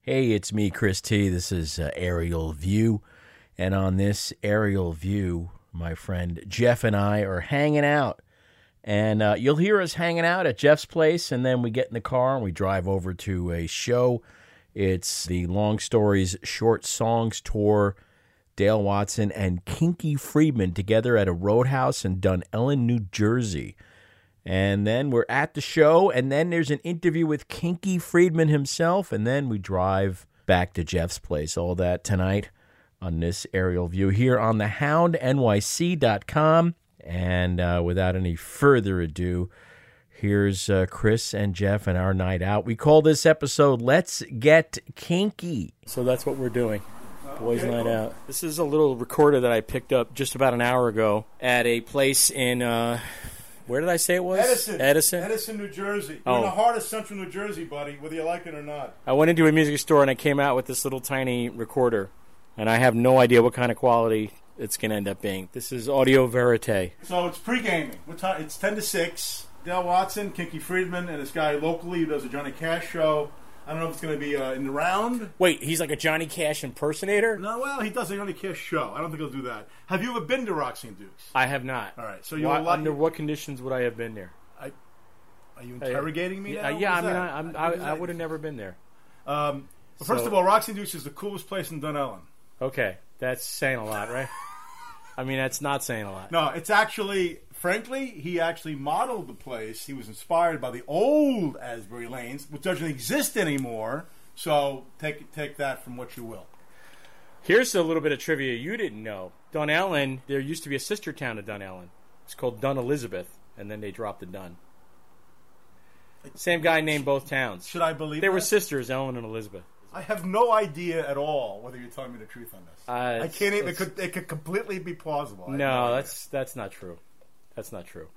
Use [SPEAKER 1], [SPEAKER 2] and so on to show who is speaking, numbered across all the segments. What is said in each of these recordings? [SPEAKER 1] Hey, it's me, Chris T. This is uh, Aerial View. And on this Aerial View, my friend Jeff and I are hanging out. And uh, you'll hear us hanging out at Jeff's place. And then we get in the car and we drive over to a show. It's the Long Stories Short Songs Tour. Dale Watson and Kinky Friedman together at a roadhouse in Dunellen, New Jersey. And then we're at the show, and then there's an interview with Kinky Friedman himself, and then we drive back to Jeff's place. All that tonight on this aerial view here on the houndnyc.com. And uh, without any further ado, here's uh, Chris and Jeff and our night out. We call this episode Let's Get Kinky.
[SPEAKER 2] So that's what we're doing. Boys Night Out. This is a little recorder that I picked up just about an hour ago at a place in, uh, where did I say it was?
[SPEAKER 3] Edison.
[SPEAKER 2] Edison.
[SPEAKER 3] Edison, New Jersey. You're in
[SPEAKER 2] Oh.
[SPEAKER 3] the heart of central New Jersey, buddy, whether you like it or not.
[SPEAKER 2] I went into a music store and I came out with this little tiny recorder, and I have no idea what kind of quality it's going to end up being. This is Audio Verite.
[SPEAKER 3] So it's pre-gaming. What time? It's 10 to 6. Dale Watson, Kinky Friedman, and this guy locally who does a Johnny Cash show. I don't know if it's going to be uh, in the round.
[SPEAKER 2] Wait, he's like a Johnny Cash impersonator?
[SPEAKER 3] No, well, he does a Johnny Cash show. I don't think he'll do that. Have you ever been to Roxy and Dukes?
[SPEAKER 2] I have not.
[SPEAKER 3] All right, so you're
[SPEAKER 2] Why-
[SPEAKER 3] lucky-
[SPEAKER 2] under what conditions would I have been there?
[SPEAKER 3] Are you interrogating me
[SPEAKER 2] Yeah,
[SPEAKER 3] now?
[SPEAKER 2] uh, yeah I
[SPEAKER 3] What
[SPEAKER 2] mean,
[SPEAKER 3] was
[SPEAKER 2] I, I'm,
[SPEAKER 3] that?
[SPEAKER 2] I,
[SPEAKER 3] What was
[SPEAKER 2] I
[SPEAKER 3] that?
[SPEAKER 2] would have never been there.
[SPEAKER 3] Um, well, first
[SPEAKER 2] So-
[SPEAKER 3] of all, Roxy and Dukes is the coolest place in Dunellen.
[SPEAKER 2] Okay, that's saying a lot, right? I mean, that's not saying a lot.
[SPEAKER 3] No, it's actually, frankly, he actually modeled the place. He was inspired by the old Asbury Lanes, which doesn't exist anymore. So take take that from what you will.
[SPEAKER 2] Here's a little bit of trivia you didn't know. Dunellen, there used to be a sister town to Dunellen. It's called Dun Elizabeth, and then they dropped the Dun. Same guy named both towns.
[SPEAKER 3] Should I believe
[SPEAKER 2] They were
[SPEAKER 3] that?
[SPEAKER 2] sisters, Ellen and Elizabeth.
[SPEAKER 3] I have no idea at all whether you're telling me the truth on this.
[SPEAKER 2] Uh,
[SPEAKER 3] I can't even. It
[SPEAKER 2] it's-
[SPEAKER 3] could, it could completely be plausible. I have
[SPEAKER 2] No,
[SPEAKER 3] idea.
[SPEAKER 2] that's that's not true. That's not true.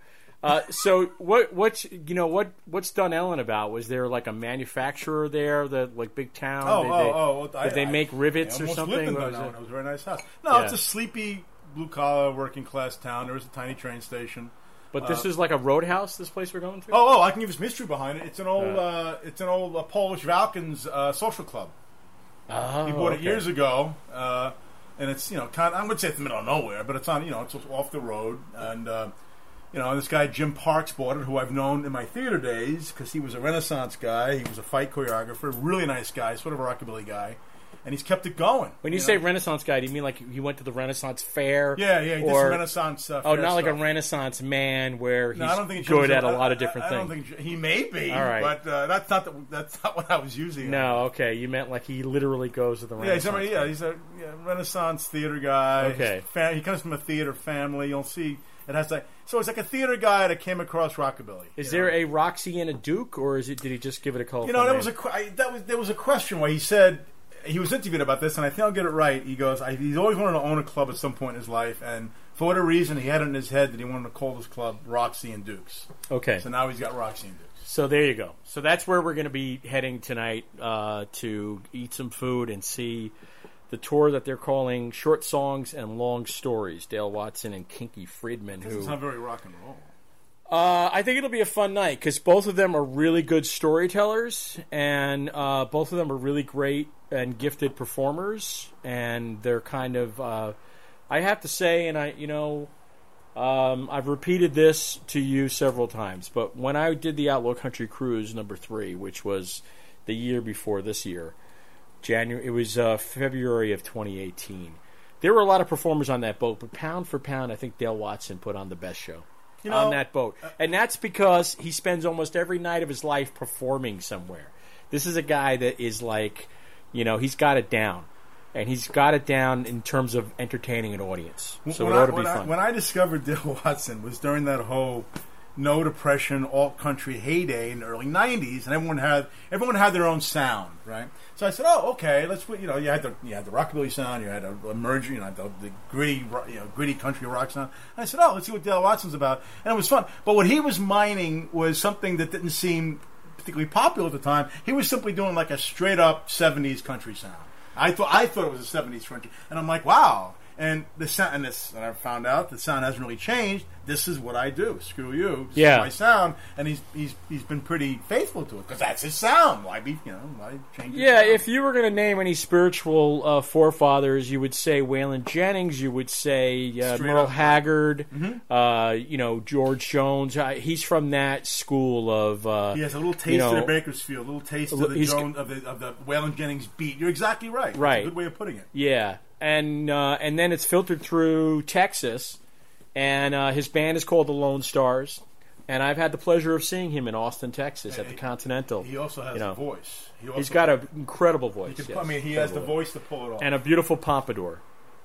[SPEAKER 2] Uh, so what what you know what what's Dunellen about? Was there like a manufacturer there, the like big town?
[SPEAKER 3] Oh,
[SPEAKER 2] Did
[SPEAKER 3] oh,
[SPEAKER 2] they-
[SPEAKER 3] oh! well, I-
[SPEAKER 2] did they
[SPEAKER 3] I-
[SPEAKER 2] make rivets
[SPEAKER 3] I
[SPEAKER 2] or
[SPEAKER 3] almost
[SPEAKER 2] something?
[SPEAKER 3] Lived in
[SPEAKER 2] What was
[SPEAKER 3] Dunellen.
[SPEAKER 2] it?
[SPEAKER 3] It was a very nice house. No,
[SPEAKER 2] Yeah.
[SPEAKER 3] it's a sleepy, blue collar, working class town. There was a tiny train station.
[SPEAKER 2] But
[SPEAKER 3] uh,
[SPEAKER 2] this is like a roadhouse. This place we're going to.
[SPEAKER 3] Oh, oh! I can give you some history behind it. It's an old,
[SPEAKER 2] Uh.
[SPEAKER 3] uh, it's an old uh, Polish Valkans uh, social club.
[SPEAKER 2] Oh,
[SPEAKER 3] He bought it
[SPEAKER 2] okay.
[SPEAKER 3] years ago, uh, and it's you know kind I would say it's the middle of nowhere, but it's on you know it's off the road, and uh, you know this guy Jim Parks bought it, who I've known in my theater days because he was a Renaissance guy, he was a fight choreographer, really nice guy, sort of a rockabilly guy, and he's kept it going.
[SPEAKER 2] When you
[SPEAKER 3] know?
[SPEAKER 2] say Renaissance guy, do you mean like he went to the Renaissance fair?
[SPEAKER 3] yeah, yeah, he did
[SPEAKER 2] or-
[SPEAKER 3] some Renaissance. Uh,
[SPEAKER 2] Oh,
[SPEAKER 3] fair
[SPEAKER 2] not like a
[SPEAKER 3] stuff.
[SPEAKER 2] Renaissance man where he's
[SPEAKER 3] No, I don't think Jim
[SPEAKER 2] good
[SPEAKER 3] was
[SPEAKER 2] at a
[SPEAKER 3] I-
[SPEAKER 2] lot of
[SPEAKER 3] I-
[SPEAKER 2] different
[SPEAKER 3] I,
[SPEAKER 2] things.
[SPEAKER 3] don't think Jim- he may be,
[SPEAKER 2] All right.
[SPEAKER 3] but uh, that's not the, that's not what I was using.
[SPEAKER 2] no, okay, you meant like he literally goes to the
[SPEAKER 3] Yeah, he's
[SPEAKER 2] Renaissance.
[SPEAKER 3] a, yeah, he's a yeah, Renaissance theater guy.
[SPEAKER 2] Okay.
[SPEAKER 3] His fa- he comes from a theater family. You'll see it has like so it's like a theater guy that came across rockabilly.
[SPEAKER 2] Is
[SPEAKER 3] you
[SPEAKER 2] there
[SPEAKER 3] know?
[SPEAKER 2] a Roxy and a Duke, or is it? Did he just give it a call?
[SPEAKER 3] you know that was a que- I, that was there was a question where he said he was interviewed about this, and I think I'll get it right. He goes, I, he's always wanted to own a club at some point in his life, and for whatever reason, he had it in his head that he wanted to call this club Roxy and Dukes.
[SPEAKER 2] okay.
[SPEAKER 3] So now he's got Roxy and Dukes.
[SPEAKER 2] So there you go. So that's where we're going to be heading tonight uh, to eat some food and see the tour that they're calling "Short Songs and Long Stories." Dale Watson and Kinky Friedman. Who
[SPEAKER 3] It's not very rock and roll.
[SPEAKER 2] Uh, I think it'll be a fun night because both of them are really good storytellers, and uh, both of them are really great and gifted performers. And they're kind of, uh, I have to say, and I, you know, um, I've repeated this to you several times, but when I did the Outlaw Country Cruise number three, which was the year before this year, January, it was uh, February of 2018. There were a lot of performers on that boat, but pound for pound, I think Dale Watson put on the best show on
[SPEAKER 3] know, uh,
[SPEAKER 2] that boat, and that's because he spends almost every night of his life performing somewhere. This is a guy that is like, you know, he's got it down, and he's got it down in terms of entertaining an audience. So it
[SPEAKER 3] I,
[SPEAKER 2] ought to be
[SPEAKER 3] when, I,
[SPEAKER 2] fun.
[SPEAKER 3] when I discovered Dale Watson was during that whole no depression alt country heyday in the early '90s, and everyone had everyone had their own sound, right? So I said, "Oh, okay, let's put- you know you had the you had the rockabilly sound, you had a, a merger, you know the, the gritty ro- you know gritty country rock sound." And I said, "Oh, let's see what Dale Watson's about," and it was fun. But what he was mining was something that didn't seem particularly popular at the time. He was simply doing like a straight up '70s country sound. I thought I thought it was a '70s country, and I'm like, wow. And the sound, and, this, and I found out the sound hasn't really changed. This is what I do. Screw you. This
[SPEAKER 2] Yeah.
[SPEAKER 3] is my sound. And he's he's he's been pretty faithful to it because that's his sound. Why be you know why change? his
[SPEAKER 2] Yeah,
[SPEAKER 3] sound?
[SPEAKER 2] if you were going to name any spiritual uh, forefathers, you would say Waylon Jennings. You would say uh,
[SPEAKER 3] Straight
[SPEAKER 2] Merle
[SPEAKER 3] up. Mm-hmm.
[SPEAKER 2] Haggard. Uh, you know George Jones. Uh, he's from that school of. Uh,
[SPEAKER 3] he has a little taste
[SPEAKER 2] you
[SPEAKER 3] of
[SPEAKER 2] know,
[SPEAKER 3] the Bakersfield, a little taste of the
[SPEAKER 2] he's-
[SPEAKER 3] Jones of the of the Waylon Jennings beat. You're exactly right. That's a
[SPEAKER 2] Right.
[SPEAKER 3] good way of putting it.
[SPEAKER 2] Yeah, and uh, and then it's filtered through Texas, and uh, his band is called the Lone Stars, and I've had the pleasure of seeing him in Austin, Texas, at the Continental.
[SPEAKER 3] He also has
[SPEAKER 2] You know,
[SPEAKER 3] a voice. He also
[SPEAKER 2] He's got an incredible voice.
[SPEAKER 3] Can-
[SPEAKER 2] yes,
[SPEAKER 3] I mean, he has the
[SPEAKER 2] incredible
[SPEAKER 3] voice to pull it off.
[SPEAKER 2] and a beautiful pompadour.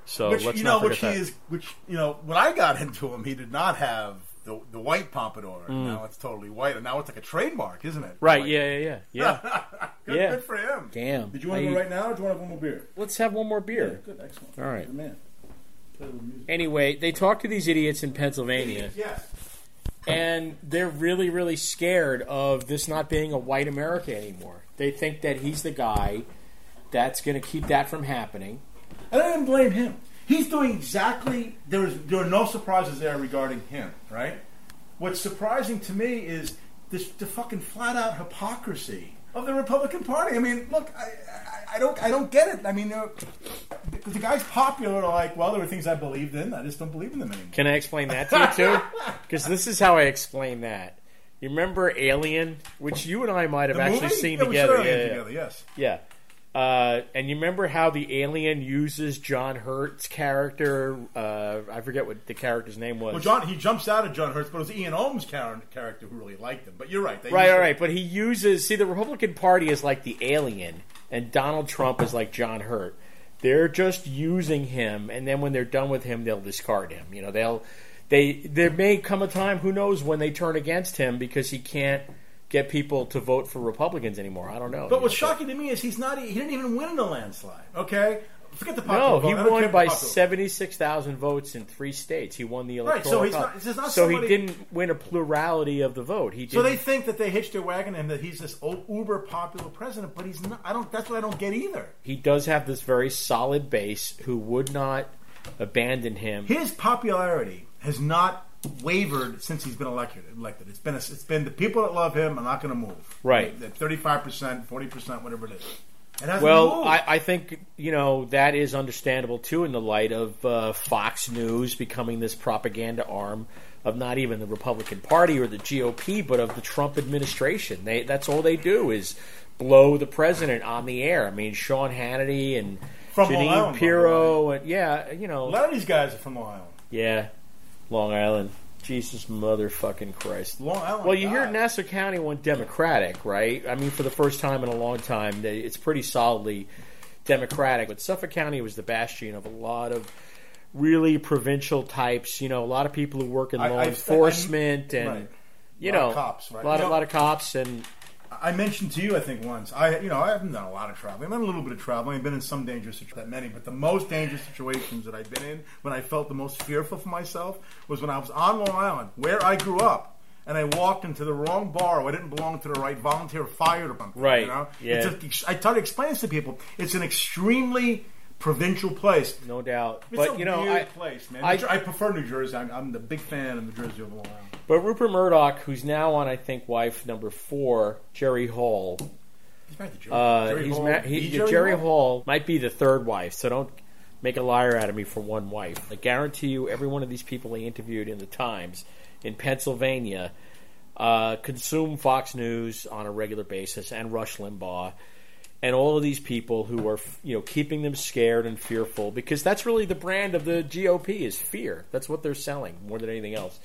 [SPEAKER 2] So
[SPEAKER 3] which
[SPEAKER 2] Oh, let's
[SPEAKER 3] you know,
[SPEAKER 2] not
[SPEAKER 3] which he
[SPEAKER 2] forget that.
[SPEAKER 3] is, which you know, when I got into him, he did not have the the white pompadour. Now it's totally white, and now it's like a trademark, isn't it?
[SPEAKER 2] Mm. Right?
[SPEAKER 3] Like,
[SPEAKER 2] Yeah, yeah, yeah, yeah.
[SPEAKER 3] Good,
[SPEAKER 2] yeah.
[SPEAKER 3] good for him.
[SPEAKER 4] Damn.
[SPEAKER 3] Did you want to
[SPEAKER 4] I-
[SPEAKER 3] go right now, or do you want to have one more beer?
[SPEAKER 2] Let's have one more beer.
[SPEAKER 3] Good, excellent.
[SPEAKER 4] All right.
[SPEAKER 3] Good man. Play a little music.
[SPEAKER 2] Anyway, they talk to these idiots in Pennsylvania,
[SPEAKER 3] Yes.
[SPEAKER 2] and they're really, really scared of this not being a white America anymore. They think that he's the guy that's going to keep that from happening.
[SPEAKER 3] And I didn't blame him. He's doing exactly. There was there are no surprises there regarding him, right? What's surprising to me is this the fucking flat out hypocrisy of the Republican Party. I mean, look, I, I, I don't I don't get it. I mean, they're- the, the guy's popular. Like, well, there were things I believed in. I just don't believe in them anymore.
[SPEAKER 2] Can I explain that to you too? Because this is how I explain that. You remember Alien, which you and I might have
[SPEAKER 3] The
[SPEAKER 2] actually
[SPEAKER 3] movie?
[SPEAKER 2] seen
[SPEAKER 3] Yeah, we
[SPEAKER 2] together.
[SPEAKER 3] saw it
[SPEAKER 2] Yeah, yeah,
[SPEAKER 3] together, Yes.
[SPEAKER 2] yeah. Uh, and you remember how the alien uses John Hurt's character? Uh, I forget what the character's name was.
[SPEAKER 3] Well, John he jumps out of John Hurts, but it was Ian Holmes' char- character who really liked him. But you're right. They
[SPEAKER 2] Right,
[SPEAKER 3] used
[SPEAKER 2] all
[SPEAKER 3] it.
[SPEAKER 2] right, but he uses. See, the Republican Party is like the alien, and Donald Trump is like John Hurt. They're just using him, and then when they're done with him, they'll discard him. You know, they'll they there may come a time, who knows, when they turn against him because he can't get people to vote for Republicans anymore. I don't know.
[SPEAKER 3] But what's shocking to me is he's not. e, He didn't even win in the landslide. Okay, forget the popular
[SPEAKER 2] No,
[SPEAKER 3] vote.
[SPEAKER 2] he
[SPEAKER 3] I don't care
[SPEAKER 2] won
[SPEAKER 3] about
[SPEAKER 2] by
[SPEAKER 3] popular vote.
[SPEAKER 2] seventy six thousand votes in three states. He won the
[SPEAKER 3] Right,
[SPEAKER 2] electoral
[SPEAKER 3] so he's
[SPEAKER 2] college.
[SPEAKER 3] not- this is not
[SPEAKER 2] so he
[SPEAKER 3] somebody-
[SPEAKER 2] didn't win a plurality of the vote. He
[SPEAKER 3] So
[SPEAKER 2] didn't.
[SPEAKER 3] they think that they hitched their wagon and that he's this old, uber popular president, but he's not. I don't. That's what I don't get either.
[SPEAKER 2] he does have this very solid base who would not abandon him.
[SPEAKER 3] His popularity has not wavered since he's been elected. Elected. It's been. A, it's been the people that love him are not going to move.
[SPEAKER 2] Right.
[SPEAKER 3] Thirty-five percent, forty percent, whatever it is. It hasn't
[SPEAKER 2] Well,
[SPEAKER 3] moved.
[SPEAKER 2] I, I think you know that is understandable too in the light of uh, Fox News becoming this propaganda arm of not even the Republican Party or the GOP, but of the Trump administration. They that's all they do is blow the president on the air. I mean, Sean Hannity and
[SPEAKER 3] From Long
[SPEAKER 2] Janine
[SPEAKER 3] Island, by
[SPEAKER 2] Pirro, and yeah, you know,
[SPEAKER 3] a lot of these guys are from Long Island.
[SPEAKER 2] yeah, Long Island. Jesus motherfucking Christ.
[SPEAKER 3] Long Island.
[SPEAKER 2] Oh, Well, you hear
[SPEAKER 3] God.
[SPEAKER 2] Nassau County went Democratic, right? I mean, for the first time in a long time, they, it's pretty solidly Democratic. But Suffolk County was the bastion of a lot of really provincial types. You know, a lot of people who work in
[SPEAKER 3] I-
[SPEAKER 2] law
[SPEAKER 3] I- I-
[SPEAKER 2] enforcement and
[SPEAKER 3] right.
[SPEAKER 2] you
[SPEAKER 3] Lot of
[SPEAKER 2] know,
[SPEAKER 3] cops, right?
[SPEAKER 2] a lot,
[SPEAKER 3] You
[SPEAKER 2] of
[SPEAKER 3] know-
[SPEAKER 2] lot of cops and
[SPEAKER 3] I mentioned to you, I think once. I, you know, I haven't done a lot of traveling. I've done a little bit of traveling. I've been in some dangerous, situ- that many, but the most dangerous situations that I've been in, when I felt the most fearful for myself, was when I was on Long Island, where I grew up, and I walked into the wrong bar. Where I didn't belong to the right volunteer fire department.
[SPEAKER 2] Right,
[SPEAKER 3] You know?
[SPEAKER 2] yeah.
[SPEAKER 3] It's a, I try to explain this to people. It's an extremely provincial place.
[SPEAKER 2] no doubt.
[SPEAKER 3] It's
[SPEAKER 2] but
[SPEAKER 3] a
[SPEAKER 2] you know,
[SPEAKER 3] weird
[SPEAKER 2] I,
[SPEAKER 3] place, man.
[SPEAKER 2] I-
[SPEAKER 3] I, prefer New Jersey. I'm, I'm the big fan of New Jersey over Long Island.
[SPEAKER 2] but Rupert Murdoch, who's now on, I think, wife number four, Jerry Hall.
[SPEAKER 3] He's married to Jerry.
[SPEAKER 2] Uh,
[SPEAKER 3] Jerry
[SPEAKER 2] he's
[SPEAKER 3] Hall.
[SPEAKER 2] ma- he,
[SPEAKER 3] The
[SPEAKER 2] Jerry, Hall? might be the third wife, so don't make a liar out of me for one wife. I guarantee you, every one of these people he interviewed in the Times in Pennsylvania uh, consume Fox News on a regular basis and Rush Limbaugh. And all of these people who are, you know, keeping them scared and fearful because that's really the brand of the GOP is fear. That's what they're selling more than anything else.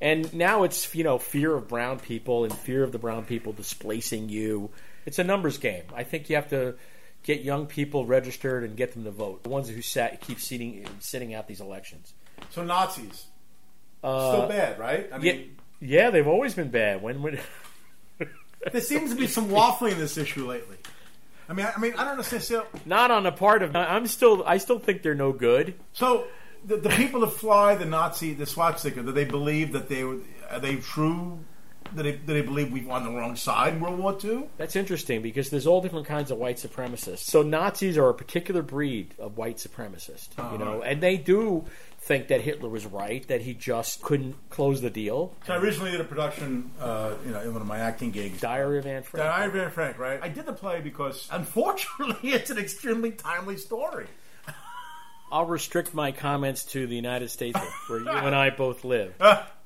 [SPEAKER 2] And now it's you know fear of brown people and fear of the brown people displacing you. It's a numbers game. I think you have to get young people registered and get them to vote. The ones who sat, keep sitting sitting out these elections.
[SPEAKER 3] So Nazis. Still
[SPEAKER 2] Uh,
[SPEAKER 3] bad, right? I
[SPEAKER 2] yeah,
[SPEAKER 3] mean,
[SPEAKER 2] yeah, they've always been bad. When would
[SPEAKER 3] there seems to be some waffling in this issue lately. I mean, I, I mean, I don't understand. So,
[SPEAKER 2] not on the part of I- I'm still I still think they're no good.
[SPEAKER 3] so the, the people that fly the Nazi, the swastika, do they believe that they were? Are they true that they, that they believe we were on the wrong side in World War II.
[SPEAKER 2] That's interesting because there's all different kinds of white supremacists. So Nazis are a particular breed of white supremacist,
[SPEAKER 3] Uh-huh.
[SPEAKER 2] you know, and they do think that Hitler was right, that he just couldn't close the deal.
[SPEAKER 3] So I recently did a production, uh, you know, in one of my acting gigs.
[SPEAKER 2] Diary of Anne Frank.
[SPEAKER 3] That I Van Frank, right? I did the play because, unfortunately, it's an extremely timely story.
[SPEAKER 2] I'll restrict my comments to the United States, where you and I both live.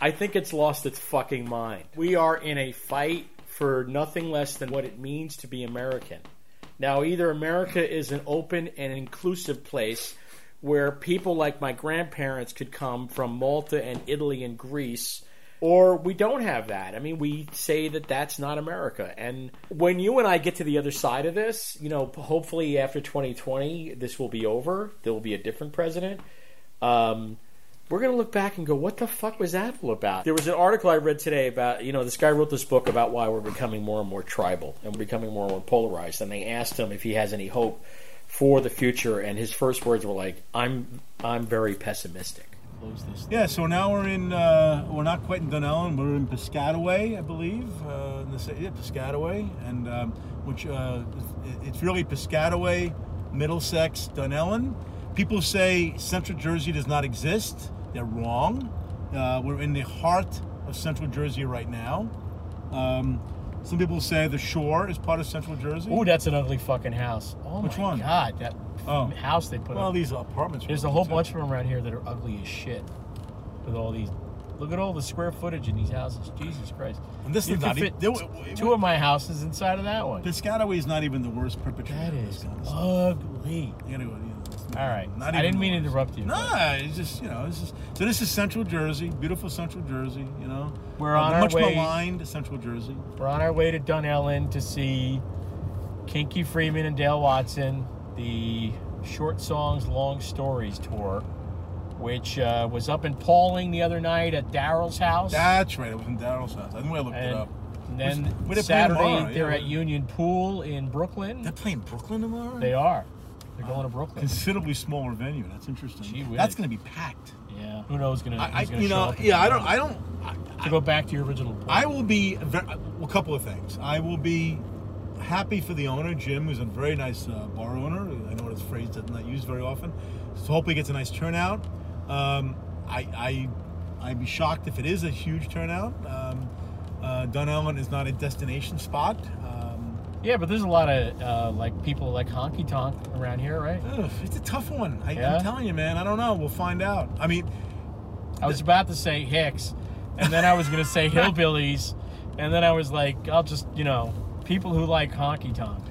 [SPEAKER 2] I think it's lost its fucking mind. We are in a fight for nothing less than what it means to be American. Now, either America is an open and inclusive place where people like my grandparents could come from Malta and Italy and Greece, or we don't have that. I mean, we say that that's not America. And when you and I get to the other side of this, you know, hopefully after 2020, this will be over. There will be a different president. Um, we're going to look back and go, what the fuck was that all about? There was an article I read today about, you know, this guy wrote this book about why we're becoming more and more tribal and becoming more and more polarized. And they asked him if he has any hope for the future. And his first words were like, I'm, I'm very pessimistic. Close this
[SPEAKER 3] Yeah, so now we're in, uh, we're not quite in Dunellen, we're in Piscataway, I believe, uh, in the city, yeah, Piscataway, and um, which uh, it- it's really Piscataway, Middlesex, Dunellen. People say Central Jersey does not exist. They're wrong. Uh, we're in the heart of Central Jersey right now. Um, some people say the shore is part of Central Jersey.
[SPEAKER 2] Ooh, that's an ugly fucking house. Oh
[SPEAKER 3] Which
[SPEAKER 2] my
[SPEAKER 3] one?
[SPEAKER 2] god, that
[SPEAKER 3] Oh.
[SPEAKER 2] house they put
[SPEAKER 3] well,
[SPEAKER 2] up.
[SPEAKER 3] these apartments.
[SPEAKER 2] There's a whole bunch of them around here that are ugly as shit. With all these, look at all the square footage in these houses. Jesus Christ!
[SPEAKER 3] And this
[SPEAKER 2] you
[SPEAKER 3] is
[SPEAKER 2] could
[SPEAKER 3] not e-
[SPEAKER 2] fit
[SPEAKER 3] there
[SPEAKER 2] t-
[SPEAKER 3] were-
[SPEAKER 2] two of my houses inside of that one.
[SPEAKER 3] Piscataway is not even the worst perpetrator.
[SPEAKER 2] That
[SPEAKER 3] of this
[SPEAKER 2] is
[SPEAKER 3] kind of stuff.
[SPEAKER 2] ugly.
[SPEAKER 3] You gotta go, you know, it's
[SPEAKER 2] All right.
[SPEAKER 3] not
[SPEAKER 2] I
[SPEAKER 3] even
[SPEAKER 2] didn't mean to
[SPEAKER 3] close.
[SPEAKER 2] interrupt you,
[SPEAKER 3] No, it's just you know, this is so. This is Central Jersey, beautiful Central Jersey. You know,
[SPEAKER 2] We're on
[SPEAKER 3] the
[SPEAKER 2] our
[SPEAKER 3] much
[SPEAKER 2] way-
[SPEAKER 3] maligned Central Jersey.
[SPEAKER 2] We're on our way to Dunellen to see Kinky Freeman and Dale Watson, the Short Songs, Long Stories tour, which uh, was up in Pauling the other night at Daryl's house.
[SPEAKER 3] That's right. It was in Daryl's house. I think I looked it
[SPEAKER 2] And
[SPEAKER 3] up.
[SPEAKER 2] then
[SPEAKER 3] Where's- where they play
[SPEAKER 2] Saturday
[SPEAKER 3] tomorrow?
[SPEAKER 2] they're
[SPEAKER 3] Yeah.
[SPEAKER 2] at Union Pool in Brooklyn.
[SPEAKER 3] They're playing Brooklyn tomorrow.
[SPEAKER 2] They are. They're going to Brooklyn.
[SPEAKER 3] Considerably smaller venue. That's interesting.
[SPEAKER 2] Gee whiz.
[SPEAKER 3] That's going to be packed.
[SPEAKER 2] Yeah. Who knows? Gonna,
[SPEAKER 3] I, I
[SPEAKER 2] who's gonna
[SPEAKER 3] you
[SPEAKER 2] show
[SPEAKER 3] know,
[SPEAKER 2] up in
[SPEAKER 3] yeah. I don't.
[SPEAKER 2] Brooklyn.
[SPEAKER 3] I don't. I,
[SPEAKER 2] To go back to your original point.
[SPEAKER 3] I will be ver a couple of things. I will be happy for the owner, Jim, who's a very nice uh, bar owner. I know it's a phrase that's not used very often. So hopefully, it gets a nice turnout. Um, I, I I'd be shocked if it is a huge turnout. Um, uh, Dunellen is not a destination spot. Um,
[SPEAKER 2] yeah, but there's a lot of uh, like people like honky tonk around here, right?
[SPEAKER 3] ugh, it's a tough one. I,
[SPEAKER 2] Yeah?
[SPEAKER 3] I'm telling you, man. I don't know. We'll find out. I mean,
[SPEAKER 2] I was about to say Hicks, and then I was gonna say hillbillies, and then I was like, I'll just you know people who like honky tonk.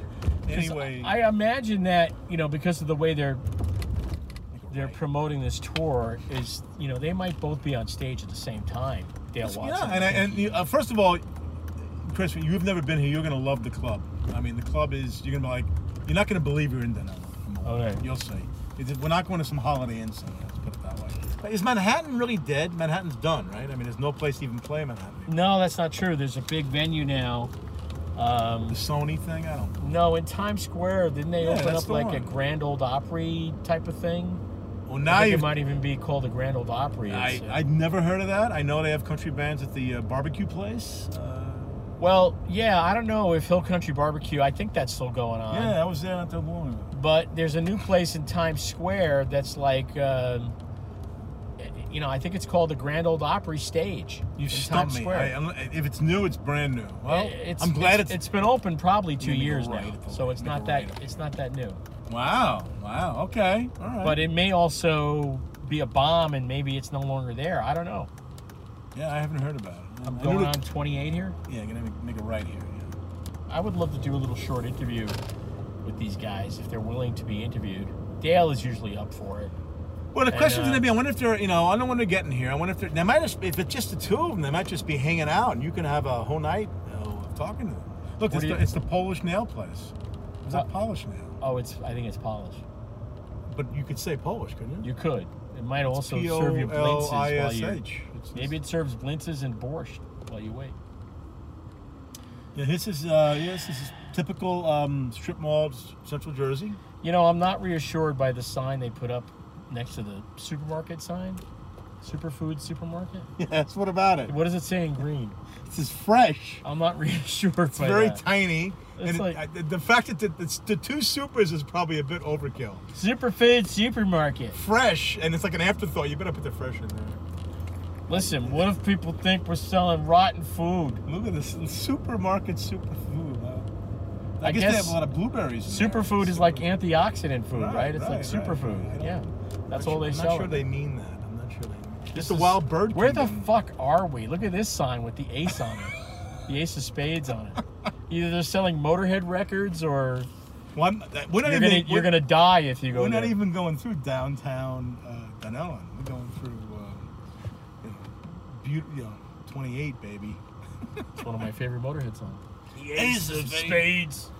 [SPEAKER 2] 'Cause
[SPEAKER 3] anyway.
[SPEAKER 2] I imagine that you know because of the way they're they're promoting this tour is you know they might both be on stage at the same time. Dale Watson.
[SPEAKER 3] Yeah, and, I, and you- uh, first of all, Chris, you've never been here. You're gonna love the club. I mean, the club is you're gonna be like, you're not gonna believe you're in Denali.
[SPEAKER 2] Okay.
[SPEAKER 3] You'll see. It's- We're not going to some Holiday Inn somewhere. Let's put it that way. But Is Manhattan really dead? Manhattan's done, right? I mean, there's no place to even play Manhattan.
[SPEAKER 2] no, that's not true. There's a big venue now.
[SPEAKER 3] The
[SPEAKER 2] Um,
[SPEAKER 3] Sony thing, I don't.
[SPEAKER 2] no, in Times Square, didn't they
[SPEAKER 3] Yeah,
[SPEAKER 2] open
[SPEAKER 3] that's
[SPEAKER 2] up
[SPEAKER 3] the
[SPEAKER 2] like a
[SPEAKER 3] one.
[SPEAKER 2] Grand Old Opry type of thing?
[SPEAKER 3] Well,
[SPEAKER 2] I
[SPEAKER 3] now
[SPEAKER 2] think
[SPEAKER 3] you.
[SPEAKER 2] it might even be called the Grand Old Opry.
[SPEAKER 3] I
[SPEAKER 2] It's, uh,
[SPEAKER 3] I'd never heard of that. I know they have country bands at the uh, barbecue place. Uh,
[SPEAKER 2] Well, yeah, I don't know if Hill Country Barbecue. I think that's still going on.
[SPEAKER 3] yeah, I was there not that long ago.
[SPEAKER 2] But there's a new place in Times Square that's like, um, you know, I think it's called the Grand Old Opry Stage.
[SPEAKER 3] You
[SPEAKER 2] in
[SPEAKER 3] stumped
[SPEAKER 2] Times
[SPEAKER 3] me.
[SPEAKER 2] Square.
[SPEAKER 3] I- I'm- if it's new, it's brand new. Well,
[SPEAKER 2] it's,
[SPEAKER 3] I'm glad
[SPEAKER 2] it's been open probably two
[SPEAKER 3] Make a
[SPEAKER 2] years
[SPEAKER 3] right
[SPEAKER 2] now,
[SPEAKER 3] at the-
[SPEAKER 2] so it's
[SPEAKER 3] make a
[SPEAKER 2] not
[SPEAKER 3] right
[SPEAKER 2] that
[SPEAKER 3] at the-
[SPEAKER 2] it's not that new.
[SPEAKER 3] Wow! Wow! Okay. All right.
[SPEAKER 2] But it may also be a bomb, and maybe it's no longer there. I don't know.
[SPEAKER 3] yeah, I haven't heard about it.
[SPEAKER 2] I'm
[SPEAKER 3] I knew
[SPEAKER 2] going
[SPEAKER 3] that-
[SPEAKER 2] on 28 here.
[SPEAKER 3] Yeah, gonna make, make a right here. Yeah.
[SPEAKER 2] I would love to do a little short interview with these guys if they're willing to be interviewed. Dale is usually up for it.
[SPEAKER 3] Well, the
[SPEAKER 2] And,
[SPEAKER 3] question's
[SPEAKER 2] uh,
[SPEAKER 3] gonna be, I wonder if they're, you know, I don't want to get in here. I wonder if they're, they might just, if it's just the two of them, they might just be hanging out, and you can have a whole night you know, of talking to them. Look,
[SPEAKER 2] What
[SPEAKER 3] it's the,
[SPEAKER 2] do you-
[SPEAKER 3] it's the Polish nail place. It's
[SPEAKER 2] What?
[SPEAKER 3] not Polish nail,
[SPEAKER 2] Oh, it's I think it's Polish.
[SPEAKER 3] but you could say Polish, couldn't you?
[SPEAKER 2] You could. It might also
[SPEAKER 3] P O
[SPEAKER 2] serve you
[SPEAKER 3] L
[SPEAKER 2] blintzes
[SPEAKER 3] I
[SPEAKER 2] while
[SPEAKER 3] S
[SPEAKER 2] you.
[SPEAKER 3] H. It's-
[SPEAKER 2] Maybe it serves blintzes and borscht while you wait.
[SPEAKER 3] Yeah, this is uh, yeah, this is typical um, strip mall, Central Jersey.
[SPEAKER 2] You know, I'm not reassured by the sign they put up next to the supermarket sign. Superfood supermarket?
[SPEAKER 3] Yes. What about it?
[SPEAKER 2] What does it say in green?
[SPEAKER 3] This is fresh.
[SPEAKER 2] I'm not really sure.
[SPEAKER 3] It's very tiny. and
[SPEAKER 2] It's
[SPEAKER 3] it-
[SPEAKER 2] like-
[SPEAKER 3] I- the- the fact that the, it's- the two supers is probably a bit overkill.
[SPEAKER 2] Superfood supermarket.
[SPEAKER 3] Fresh, and it's like an afterthought. You better put the fresh in there.
[SPEAKER 2] Listen, what if people think we're selling rotten food?
[SPEAKER 3] Look at this this supermarket superfood. huh? I,
[SPEAKER 2] I
[SPEAKER 3] guess, they
[SPEAKER 2] guess
[SPEAKER 3] have a lot of blueberries. in there.
[SPEAKER 2] Superfood is like antioxidant food,
[SPEAKER 3] Right,
[SPEAKER 2] right? It's like
[SPEAKER 3] right, right,
[SPEAKER 2] superfood.
[SPEAKER 3] right.
[SPEAKER 2] Yeah. That's all they
[SPEAKER 3] I'm
[SPEAKER 2] sell.
[SPEAKER 3] not sure
[SPEAKER 2] it.
[SPEAKER 3] they mean that. I'm not sure they mean that.
[SPEAKER 2] This
[SPEAKER 3] It's a
[SPEAKER 2] is-
[SPEAKER 3] wild bird.
[SPEAKER 2] Where the
[SPEAKER 3] kingdom.
[SPEAKER 2] fuck are we? Look at this sign with the ace on it. the ace of spades on it. Either they're selling Motorhead records or
[SPEAKER 3] Well, I'm- that- we're not
[SPEAKER 2] you're
[SPEAKER 3] even.
[SPEAKER 2] gonna, you're
[SPEAKER 3] we're,
[SPEAKER 2] gonna die if you go
[SPEAKER 3] we're not
[SPEAKER 2] there.
[SPEAKER 3] even going through downtown uh, Dunellen. We're going through, uh, you know, beaut- you know, 28, baby.
[SPEAKER 2] It's one of my favorite Motorhead songs.
[SPEAKER 3] Ace of
[SPEAKER 2] spades.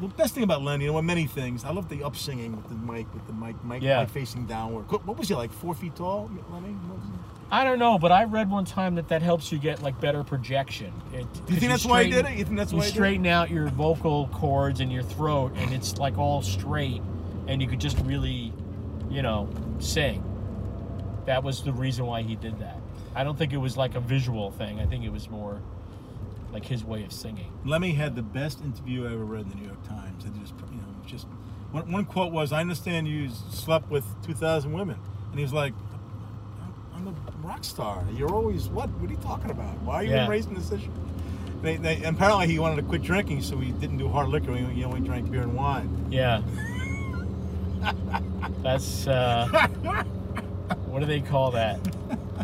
[SPEAKER 3] The best thing about Len, you know, and many things. I love the up singing with the mic, with the mic, mic,
[SPEAKER 2] Yeah.
[SPEAKER 3] mic facing downward. What, what was he like? Four feet tall, Lenny? What was he?
[SPEAKER 2] I don't know, but I read one time that that helps you get like better projection. It,
[SPEAKER 3] Do you think that's why he did it? You think that's
[SPEAKER 2] You
[SPEAKER 3] why he did it?
[SPEAKER 2] straighten out your vocal cords and your throat, and it's like all straight, and you could just really, you know, sing. That was the reason why he did that. I don't think it was like a visual thing. I think it was more like his way of singing.
[SPEAKER 3] Lemmy had the best interview I ever read in the New York Times. And just, you know, just one, one quote was, "I understand you slept with two thousand women," and he was like, "I'm a rock star. You're always what? What are you talking about? Why are you
[SPEAKER 2] Yeah.
[SPEAKER 3] raising this issue?" They, they, and apparently, he wanted to quit drinking, so he didn't do hard liquor. He he only drank beer and wine.
[SPEAKER 2] Yeah. That's uh, what do they call that?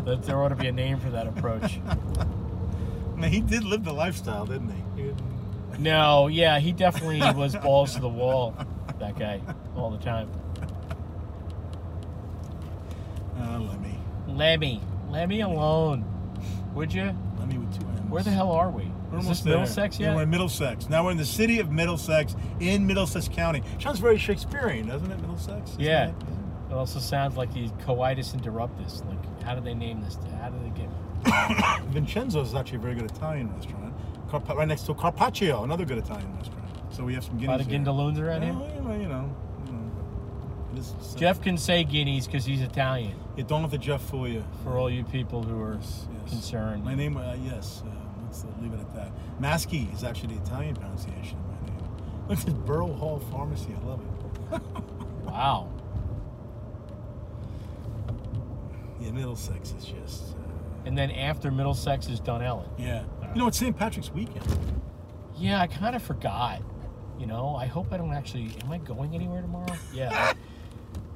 [SPEAKER 2] That there ought to be a name for that approach.
[SPEAKER 3] I mean, he did live the lifestyle, didn't he? He didn't-
[SPEAKER 2] No, yeah, he definitely was balls to the wall. That guy, all the time.
[SPEAKER 3] Uh, Lemmy,
[SPEAKER 2] Lemmy, Lemmy alone, would you?
[SPEAKER 3] Lemmy with two M's.
[SPEAKER 2] Where the hell are we?
[SPEAKER 3] We're
[SPEAKER 2] Is
[SPEAKER 3] almost
[SPEAKER 2] this
[SPEAKER 3] there.
[SPEAKER 2] Middlesex
[SPEAKER 3] Yeah,
[SPEAKER 2] yet?
[SPEAKER 3] we're in Middlesex. Now we're in the city of Middlesex in Middlesex County. Sounds very Shakespearean, doesn't it? Middlesex. Isn't
[SPEAKER 2] Yeah.
[SPEAKER 3] it?
[SPEAKER 2] It also sounds like the coitus interruptus. Like, how did they name this? How did they get?
[SPEAKER 3] Vincenzo's is actually a very good Italian restaurant. Carpa- right next to Carpaccio, another good Italian restaurant. So we have some
[SPEAKER 2] A
[SPEAKER 3] guineas.
[SPEAKER 2] lot of
[SPEAKER 3] there.
[SPEAKER 2] gindaloons around
[SPEAKER 3] Yeah, Uh,
[SPEAKER 2] here.
[SPEAKER 3] well, you know, you know, you know. This- so-
[SPEAKER 2] Jeff can say guineas because he's Italian.
[SPEAKER 3] Yeah, don't let the Jeff fool you.
[SPEAKER 2] For all you people who are
[SPEAKER 3] Yes, yes.
[SPEAKER 2] concerned,
[SPEAKER 3] My name, uh, yes. Uh, let's uh, leave it at that. Maskey is actually the Italian pronunciation of my name. Look at Borough Hall Pharmacy. I love it.
[SPEAKER 2] wow.
[SPEAKER 3] Yeah, Middlesex is just. Uh,
[SPEAKER 2] And then after Middlesex is Dunellen.
[SPEAKER 3] Yeah. You know, it's St. Patrick's weekend.
[SPEAKER 2] Yeah, I kind of forgot. You know, I hope I don't actually. Am I going anywhere tomorrow? Yeah.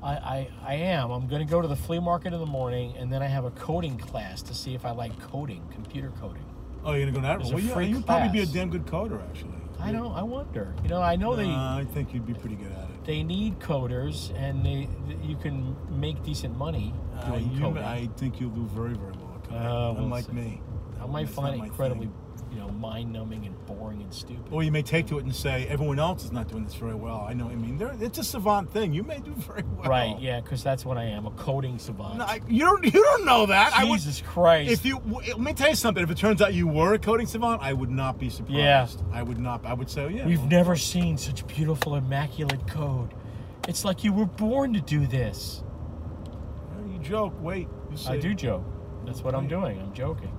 [SPEAKER 2] I, I, I am. I'm going to go to the flea market in the morning, and then I have a coding class to see if I like coding, computer coding.
[SPEAKER 3] Oh, you're gonna go that route.
[SPEAKER 2] There's a
[SPEAKER 3] Well, yeah,
[SPEAKER 2] free
[SPEAKER 3] you'd probably be a
[SPEAKER 2] class.
[SPEAKER 3] damn good coder, actually.
[SPEAKER 2] I don't. I wonder. You know, I know
[SPEAKER 3] Nah, I think you'd be pretty good at it.
[SPEAKER 2] they they need coders, and they th- you can make decent money
[SPEAKER 3] Uh,
[SPEAKER 2] doing
[SPEAKER 3] you,
[SPEAKER 2] coding.
[SPEAKER 3] I think you'll do very, very well. At coding,
[SPEAKER 2] Uh, we'll
[SPEAKER 3] unlike
[SPEAKER 2] see.
[SPEAKER 3] me.
[SPEAKER 2] I might
[SPEAKER 3] It's
[SPEAKER 2] find
[SPEAKER 3] not
[SPEAKER 2] it
[SPEAKER 3] my
[SPEAKER 2] incredibly,
[SPEAKER 3] thing.
[SPEAKER 2] you know, mind-numbing and boring and stupid.
[SPEAKER 3] Or you may take to it and say, everyone else is not doing this very well. I know. I mean, they're, it's a savant thing. You may do very well.
[SPEAKER 2] Right? Yeah, because that's what I am—a coding savant.
[SPEAKER 3] No, I, you don't. You don't know that. I would.
[SPEAKER 2] Jesus Christ!
[SPEAKER 3] If you w- let me tell you something, if it turns out you were a coding savant, I would not be surprised. I would not. I would say, oh, yeah.
[SPEAKER 2] We've
[SPEAKER 3] well,
[SPEAKER 2] never seen such beautiful, immaculate code. It's like you were born to do this.
[SPEAKER 3] Oh, You joke. Wait. You
[SPEAKER 2] I
[SPEAKER 3] see.
[SPEAKER 2] do joke. That's what I'm doing. I'm joking.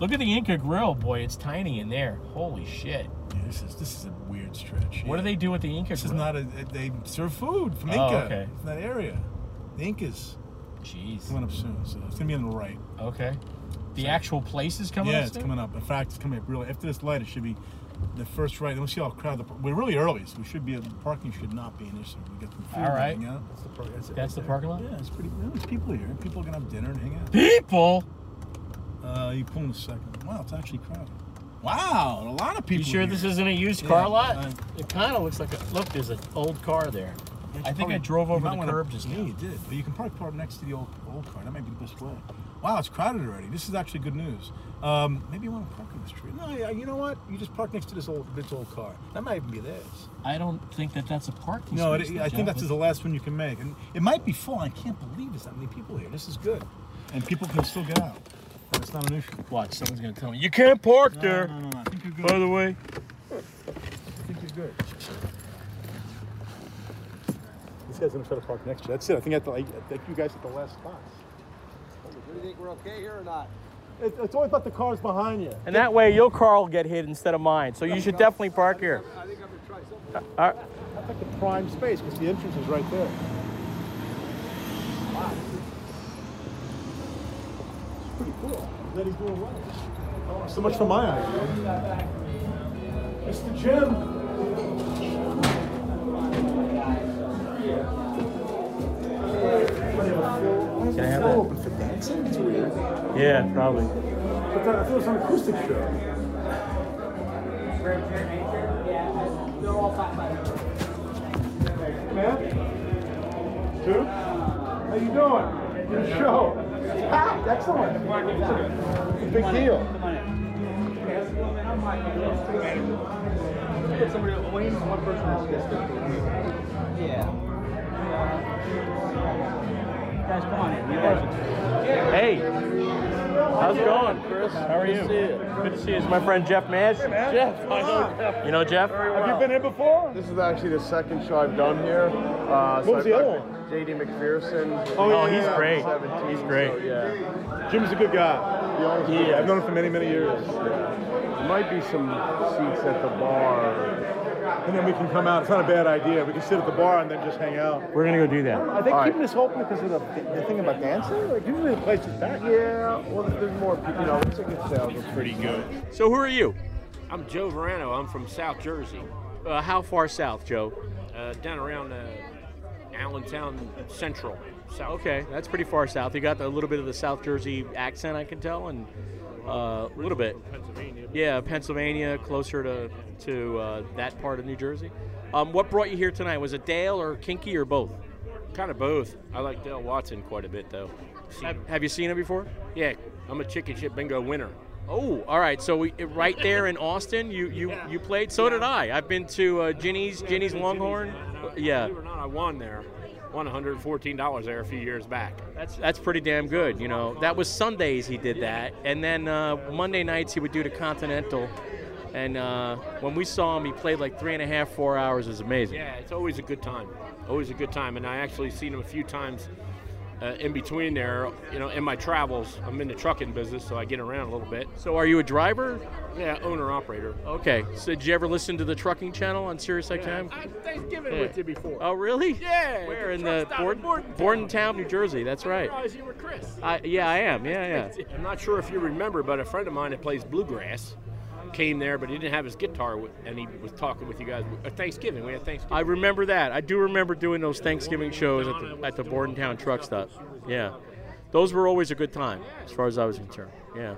[SPEAKER 2] Look at the Inca Grill, boy. It's tiny in there. Holy shit.
[SPEAKER 3] Yeah, this is this is a weird stretch.
[SPEAKER 2] What do
[SPEAKER 3] yeah.
[SPEAKER 2] they do with the Inca
[SPEAKER 3] This is
[SPEAKER 2] Grill?
[SPEAKER 3] not a. They serve food from
[SPEAKER 2] Oh,
[SPEAKER 3] Inca.
[SPEAKER 2] okay.
[SPEAKER 3] It's that area. The Incas
[SPEAKER 2] Jeez.
[SPEAKER 3] coming up soon, so it's gonna be on the right.
[SPEAKER 2] Okay. The actual place is coming
[SPEAKER 3] yeah,
[SPEAKER 2] up
[SPEAKER 3] it's
[SPEAKER 2] soon?
[SPEAKER 3] coming up. In fact, it's coming up really after this light. It should be the first right. We'll see how crowded. The, we're really early, so we should be. Parking should not be an issue. We get some food.
[SPEAKER 2] All right.
[SPEAKER 3] and hang out. That's the, par- it
[SPEAKER 2] That's the
[SPEAKER 3] there.
[SPEAKER 2] parking lot?
[SPEAKER 3] Yeah, it's pretty. You know, it's people here. People are gonna have dinner and hang out.
[SPEAKER 2] People?
[SPEAKER 3] Uh, you pull in a second. Wow, it's actually crowded. Wow, a lot of people.
[SPEAKER 2] You sure this
[SPEAKER 3] here.
[SPEAKER 2] isn't a used
[SPEAKER 3] Yeah,
[SPEAKER 2] car lot?
[SPEAKER 3] I-
[SPEAKER 2] it kind of looks like a. Look, there's an old car there.
[SPEAKER 3] Yeah,
[SPEAKER 2] I
[SPEAKER 3] you
[SPEAKER 2] think I
[SPEAKER 3] probably-
[SPEAKER 2] drove
[SPEAKER 3] you
[SPEAKER 2] over
[SPEAKER 3] might
[SPEAKER 2] the
[SPEAKER 3] wanna-
[SPEAKER 2] curb just
[SPEAKER 3] yeah,
[SPEAKER 2] now.
[SPEAKER 3] you did. But you can probably park next to the old old car. That might be the best way. Wow, it's crowded already. This is actually good news. Um, maybe you want to park in this tree. No, yeah, you know what? You just park next to this old this old car. That might even be theirs.
[SPEAKER 2] I don't think that that's a parking
[SPEAKER 3] No,
[SPEAKER 2] space.
[SPEAKER 3] it,
[SPEAKER 2] though,
[SPEAKER 3] I
[SPEAKER 2] Jeff.
[SPEAKER 3] think that's the last one you can make, and it might be full. I can't believe there's that many people here. This is good, and people can still get out. And it's not an issue.
[SPEAKER 2] Watch, someone's going to tell me, you can't park there.
[SPEAKER 3] No, no, no, no. I think you're good.
[SPEAKER 2] By the way,
[SPEAKER 3] I think you're good. This guy's gonna try to park next to you. That's it. I think at the, I think you guys at the last spot.
[SPEAKER 5] Do you think we're okay here or not?
[SPEAKER 3] It, it's always about the cars behind you.
[SPEAKER 4] And that way, your car will get hit instead of mine. So you should definitely park here.
[SPEAKER 5] I think I'm gonna try something.
[SPEAKER 4] All right.
[SPEAKER 3] That's like the prime space because the entrance is right there. Wow. It's pretty cool that he's doing well. Oh, so much for my idea. Mr. Jim.
[SPEAKER 6] Can I have
[SPEAKER 3] Still
[SPEAKER 6] that?
[SPEAKER 3] open for dancing? It's weird.
[SPEAKER 4] Yeah, probably.
[SPEAKER 3] But that, I thought it was an acoustic show. Man? Two? How you doing? Your show. Ah, excellent. It's a big deal.
[SPEAKER 5] Yeah. Guys, come on in. You guys.
[SPEAKER 4] Hey, how's it going, Chris? How are you? Good to see you. It's my friend Jeff Mash. Jeff, I know Jeff. You know Jeff? Have you been here before?
[SPEAKER 7] This is actually the second show I've done here. Uh,
[SPEAKER 3] What was the
[SPEAKER 7] I've-
[SPEAKER 3] other
[SPEAKER 7] I've- JD McPherson.
[SPEAKER 4] Oh, he's great.
[SPEAKER 7] 17,
[SPEAKER 4] He's great.
[SPEAKER 7] so, yeah.
[SPEAKER 3] Jim's a good guy.
[SPEAKER 7] The only-
[SPEAKER 3] Yeah, I've known him for many, many years.
[SPEAKER 7] There might be some seats at the bar.
[SPEAKER 3] And then we can come out. It's not a bad idea. We can sit at the bar and then just hang out.
[SPEAKER 4] We're going to go do that.
[SPEAKER 3] Are they
[SPEAKER 7] All
[SPEAKER 3] keeping
[SPEAKER 7] right.
[SPEAKER 3] this open because of the, the thing about dancing? Like usually the place is back.
[SPEAKER 7] Yeah, well, there's more, pe- you know, ticket sales are pretty good.
[SPEAKER 4] So, who are you?
[SPEAKER 8] I'm Joe Verano. I'm from South Jersey,
[SPEAKER 4] Uh, how far south, Joe?
[SPEAKER 8] uh, down around uh, Allentown Central. South.
[SPEAKER 4] Okay, that's pretty far south. You got the- a little bit of the South Jersey accent, I can tell, and uh, a little bit.
[SPEAKER 8] Pennsylvania.
[SPEAKER 4] Yeah, Pennsylvania, closer to to uh, that part of New Jersey. Um, what brought you here tonight? Was it Dale or Kinky or both?
[SPEAKER 8] Kind of both. I like Dale Watson quite a bit, though. See
[SPEAKER 4] Have,
[SPEAKER 8] him.
[SPEAKER 4] have you seen it before?
[SPEAKER 8] yeah, I'm a chicken shit bingo winner.
[SPEAKER 4] Oh, all right. So we, right there in Austin, you you, you played. So did I. I've been to uh, Ginny's Ginny's Longhorn. Yeah,
[SPEAKER 8] Believe it or not, I won there. Won $114 there a few years back.
[SPEAKER 4] that's that's pretty damn good. You know, that was Sundays he did that, and then uh, Monday nights he would do the Continental. And uh, when we saw him, he played like three and a half, four hours. It was amazing.
[SPEAKER 8] Yeah, it's always a good time. Always a good time. And I actually seen him a few times uh, in between there. You know, in my travels, I'm in the trucking business, so I get around a little bit.
[SPEAKER 4] So are you a driver?
[SPEAKER 8] Yeah, owner operator.
[SPEAKER 4] Okay. So did you ever listen to the trucking channel on Sirius XM?
[SPEAKER 8] I, I've given
[SPEAKER 4] Yeah.
[SPEAKER 8] it with you before.
[SPEAKER 4] Oh, really?
[SPEAKER 8] Yeah,
[SPEAKER 4] Where
[SPEAKER 8] the
[SPEAKER 4] in
[SPEAKER 8] truck
[SPEAKER 4] the
[SPEAKER 8] stop in
[SPEAKER 4] Borden,
[SPEAKER 8] Bordentown.
[SPEAKER 4] Bordentown, New Jersey? That's
[SPEAKER 8] I
[SPEAKER 4] right.
[SPEAKER 8] realized you were Chris.
[SPEAKER 4] I, yeah, I am. Yeah, yeah.
[SPEAKER 8] I'm not sure if you remember, but a friend of mine that plays bluegrass came there, but he didn't have his guitar, with, and he was talking with you guys at Thanksgiving. We had Thanksgiving.
[SPEAKER 4] I remember that. I do remember doing those Thanksgiving shows at the at the Bordentown truck stop. Yeah, those were always a good time, as far as I was concerned. Yeah.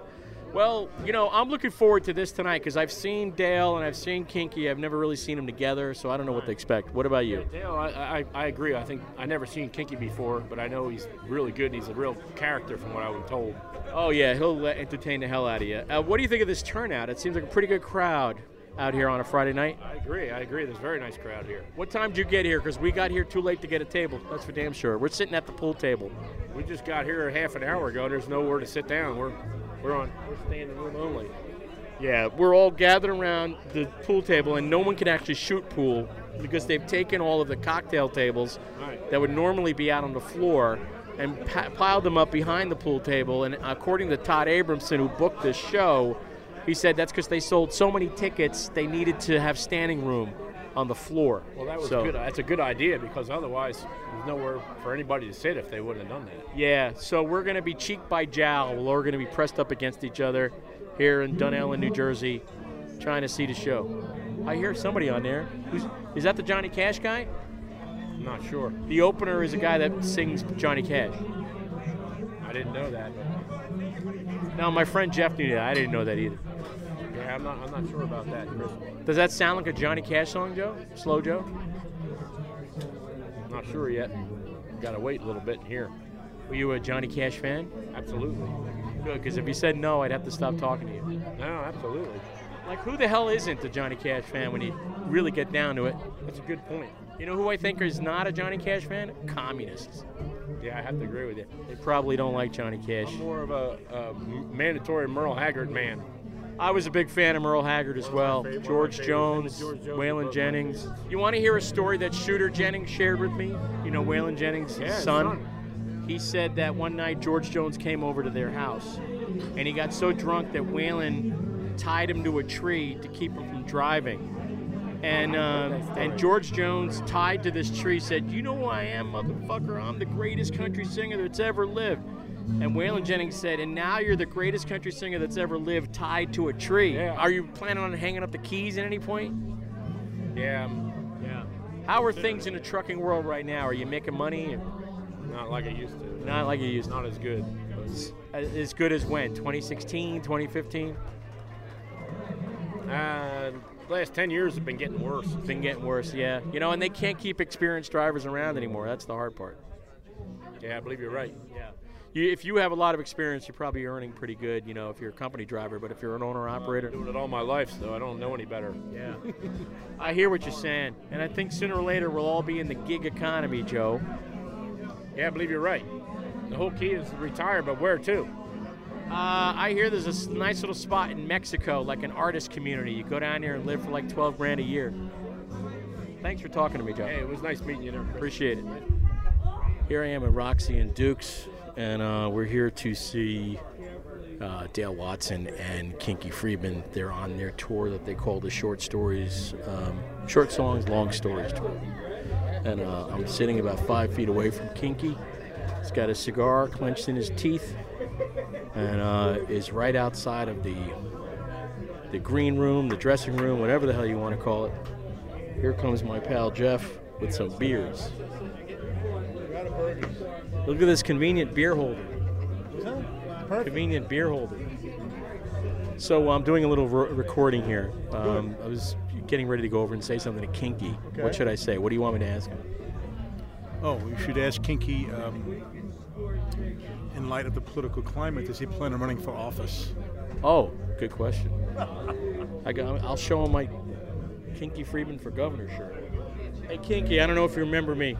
[SPEAKER 4] Well, you know, I'm looking forward to this tonight because I've seen Dale and I've seen Kinky. I've never really seen them together, so I don't know what to expect. What about you?
[SPEAKER 8] Dale, I, I, I agree. I think I never seen Kinky before, but I know he's really good and he's a real character from what I was told.
[SPEAKER 4] Oh yeah, he'll uh, entertain the hell out of you. Uh, what do you think of this turnout? It seems like a pretty good crowd out here on a Friday night.
[SPEAKER 8] I agree. I agree. There's a very nice crowd here.
[SPEAKER 4] What time did you get here? Because we got here too late to get a table. That's for damn sure. We're sitting at the pool table.
[SPEAKER 8] We just got here half an hour ago. There's nowhere to sit down. We're we're on we're standing room only.
[SPEAKER 4] Yeah, we're all gathered around the pool table, and no one can actually shoot pool because they've taken all of the cocktail tables
[SPEAKER 8] Right.
[SPEAKER 4] that would normally be out on the floor and pa- piled them up behind the pool table. And according to Todd Abramson, who booked this show, he said that's because they sold so many tickets they needed to have standing room on the floor.
[SPEAKER 8] Well, that was
[SPEAKER 4] So-
[SPEAKER 8] good. That's a good idea because otherwise, there's nowhere for anybody to sit if they wouldn't have done that.
[SPEAKER 4] Yeah, so we're going to be cheek by jowl. We're going to be pressed up against each other here in Dunellen, New Jersey, trying to see the show. I hear somebody on there. Who's, is that the Johnny Cash guy?
[SPEAKER 8] I'm not sure.
[SPEAKER 4] The opener is a guy that sings Johnny Cash.
[SPEAKER 8] I didn't know that.
[SPEAKER 4] Now, my friend Jeff knew that. I didn't know that either.
[SPEAKER 8] But yeah, I'm not. I'm not sure about that, Chris.
[SPEAKER 4] Does that sound like a Johnny Cash song, Joe? Slow Joe?
[SPEAKER 8] Not sure yet. Got to wait a little bit here.
[SPEAKER 4] Were you a Johnny Cash fan?
[SPEAKER 8] Absolutely.
[SPEAKER 4] Good, because if you said no, I'd have to stop talking to you.
[SPEAKER 8] No, absolutely.
[SPEAKER 4] Like, who the hell isn't a Johnny Cash fan when you really get down to it?
[SPEAKER 8] That's a good point.
[SPEAKER 4] You know who I think is not a Johnny Cash fan? Communists.
[SPEAKER 8] Yeah, I have to agree with you.
[SPEAKER 4] They probably don't like Johnny Cash.
[SPEAKER 8] I'm more of a, a mandatory Merle Haggard man.
[SPEAKER 4] I was a big fan of Merle Haggard as well. George Jones, Waylon Jennings. You want to hear a story that Shooter Jennings shared with me? You know Waylon Jennings, his
[SPEAKER 8] Yeah, his
[SPEAKER 4] son?
[SPEAKER 8] son.
[SPEAKER 4] He He said that one night George Jones came over to their house, and he got so drunk that Whalen tied him to a tree to keep him from driving. And um, and George Jones tied to this tree said, "You know who I am, motherfucker. I'm the greatest country singer that's ever lived." And Waylon Jennings said, "And now you're the greatest country singer that's ever lived, tied to a tree.
[SPEAKER 8] Yeah.
[SPEAKER 4] Are you planning on hanging up the keys at any point?"
[SPEAKER 8] Yeah, um, yeah.
[SPEAKER 4] How are things in the trucking world right now? Are you making money?
[SPEAKER 8] Not like I used to.
[SPEAKER 4] Not like you used to.
[SPEAKER 8] Not as good. but-
[SPEAKER 4] As as good as when? 2016, 2015?
[SPEAKER 8] Uh, last ten years have been getting worse.
[SPEAKER 4] Been getting worse, yeah. You know, and they can't keep experienced drivers around anymore. That's the hard part.
[SPEAKER 8] Yeah, I believe you're right.
[SPEAKER 4] Yeah. You, if you have a lot of experience, you're probably earning pretty good, you know, if you're a company driver, but if you're an owner operator,
[SPEAKER 8] Doing it all my life, so I don't know any better.
[SPEAKER 4] yeah. I hear what you're saying, and I think sooner or later we'll all be in the gig economy, Joe.
[SPEAKER 8] Yeah, I believe you're right. The whole key is to retire, but where to?
[SPEAKER 4] Uh, I hear there's a s- nice little spot in Mexico, like an artist community. You go down there and live for like 12 grand a year. Thanks for talking to me, Joe.
[SPEAKER 8] Hey, it was nice meeting you there. Chris.
[SPEAKER 4] Appreciate it. Here I am at Roxy and Dukes, and uh, we're here to see uh, Dale Watson and Kinky Friedman. They're on their tour that they call the Short Stories, um, Short Songs, Long Stories tour. And uh, I'm sitting about five feet away from Kinky. He's got a cigar clenched in his teeth, and uh, is right outside of the the green room, the dressing room, whatever the hell you want to call it. Here comes my pal Jeff with some beers. Look at this convenient beer holder. Convenient beer holder. So uh, I'm doing a little re- recording here. Um, I was getting ready to go over and say something to Kinky. What should I say? What do you want me to ask him?
[SPEAKER 9] Oh, we should ask Kinky, um, in light of the political climate, does he plan on running for office?
[SPEAKER 4] Oh, good question. I got, I'll show him my Kinky Friedman for governor shirt. Hey, Kinky, I don't know if you remember me.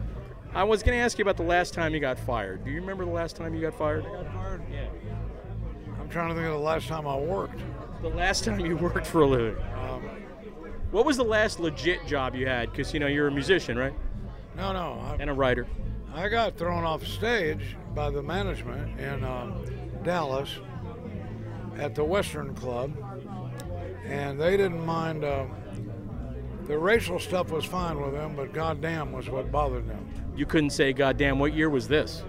[SPEAKER 4] I was going to ask you about the last time you got fired. Do you remember the last time you got fired?
[SPEAKER 3] I'm trying to think of the last time I worked.
[SPEAKER 4] The last time you worked for a living.
[SPEAKER 3] Um,
[SPEAKER 4] what was the last legit job you had? Because, you know, you're a musician, right?
[SPEAKER 3] No, no, I,
[SPEAKER 4] And a writer.
[SPEAKER 3] I got thrown off stage by the management in um, Dallas at the Western Club, and they didn't mind. Um, the racial stuff was fine with them, but goddamn was what bothered them.
[SPEAKER 4] You couldn't say, God damn, what year was this?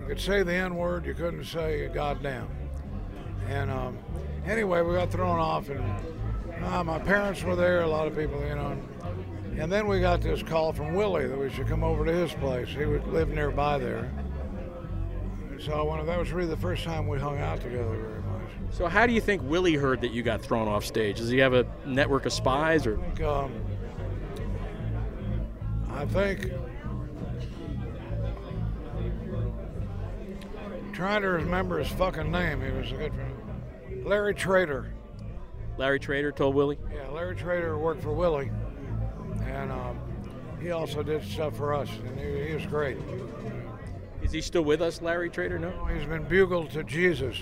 [SPEAKER 3] You could say the N word, you couldn't say goddamn. And um, anyway, we got thrown off, and uh, my parents were there, a lot of people, you know. And, and then we got this call from Willie that we should come over to his place. He would live nearby there. And so I wanted, that was really the first time we hung out together very much.
[SPEAKER 4] So, how do you think Willie heard that you got thrown off stage? Does he have a network of spies or?
[SPEAKER 3] Like, um, I think trying to remember his fucking name. He was a good friend. Larry Trader.
[SPEAKER 4] Larry Trader told Willie?
[SPEAKER 3] Yeah, Larry Trader worked for Willie, and um, he also did stuff for us, and he, he was great.
[SPEAKER 4] Is he still with us, Larry Trader? No?
[SPEAKER 3] He's been bugled to Jesus.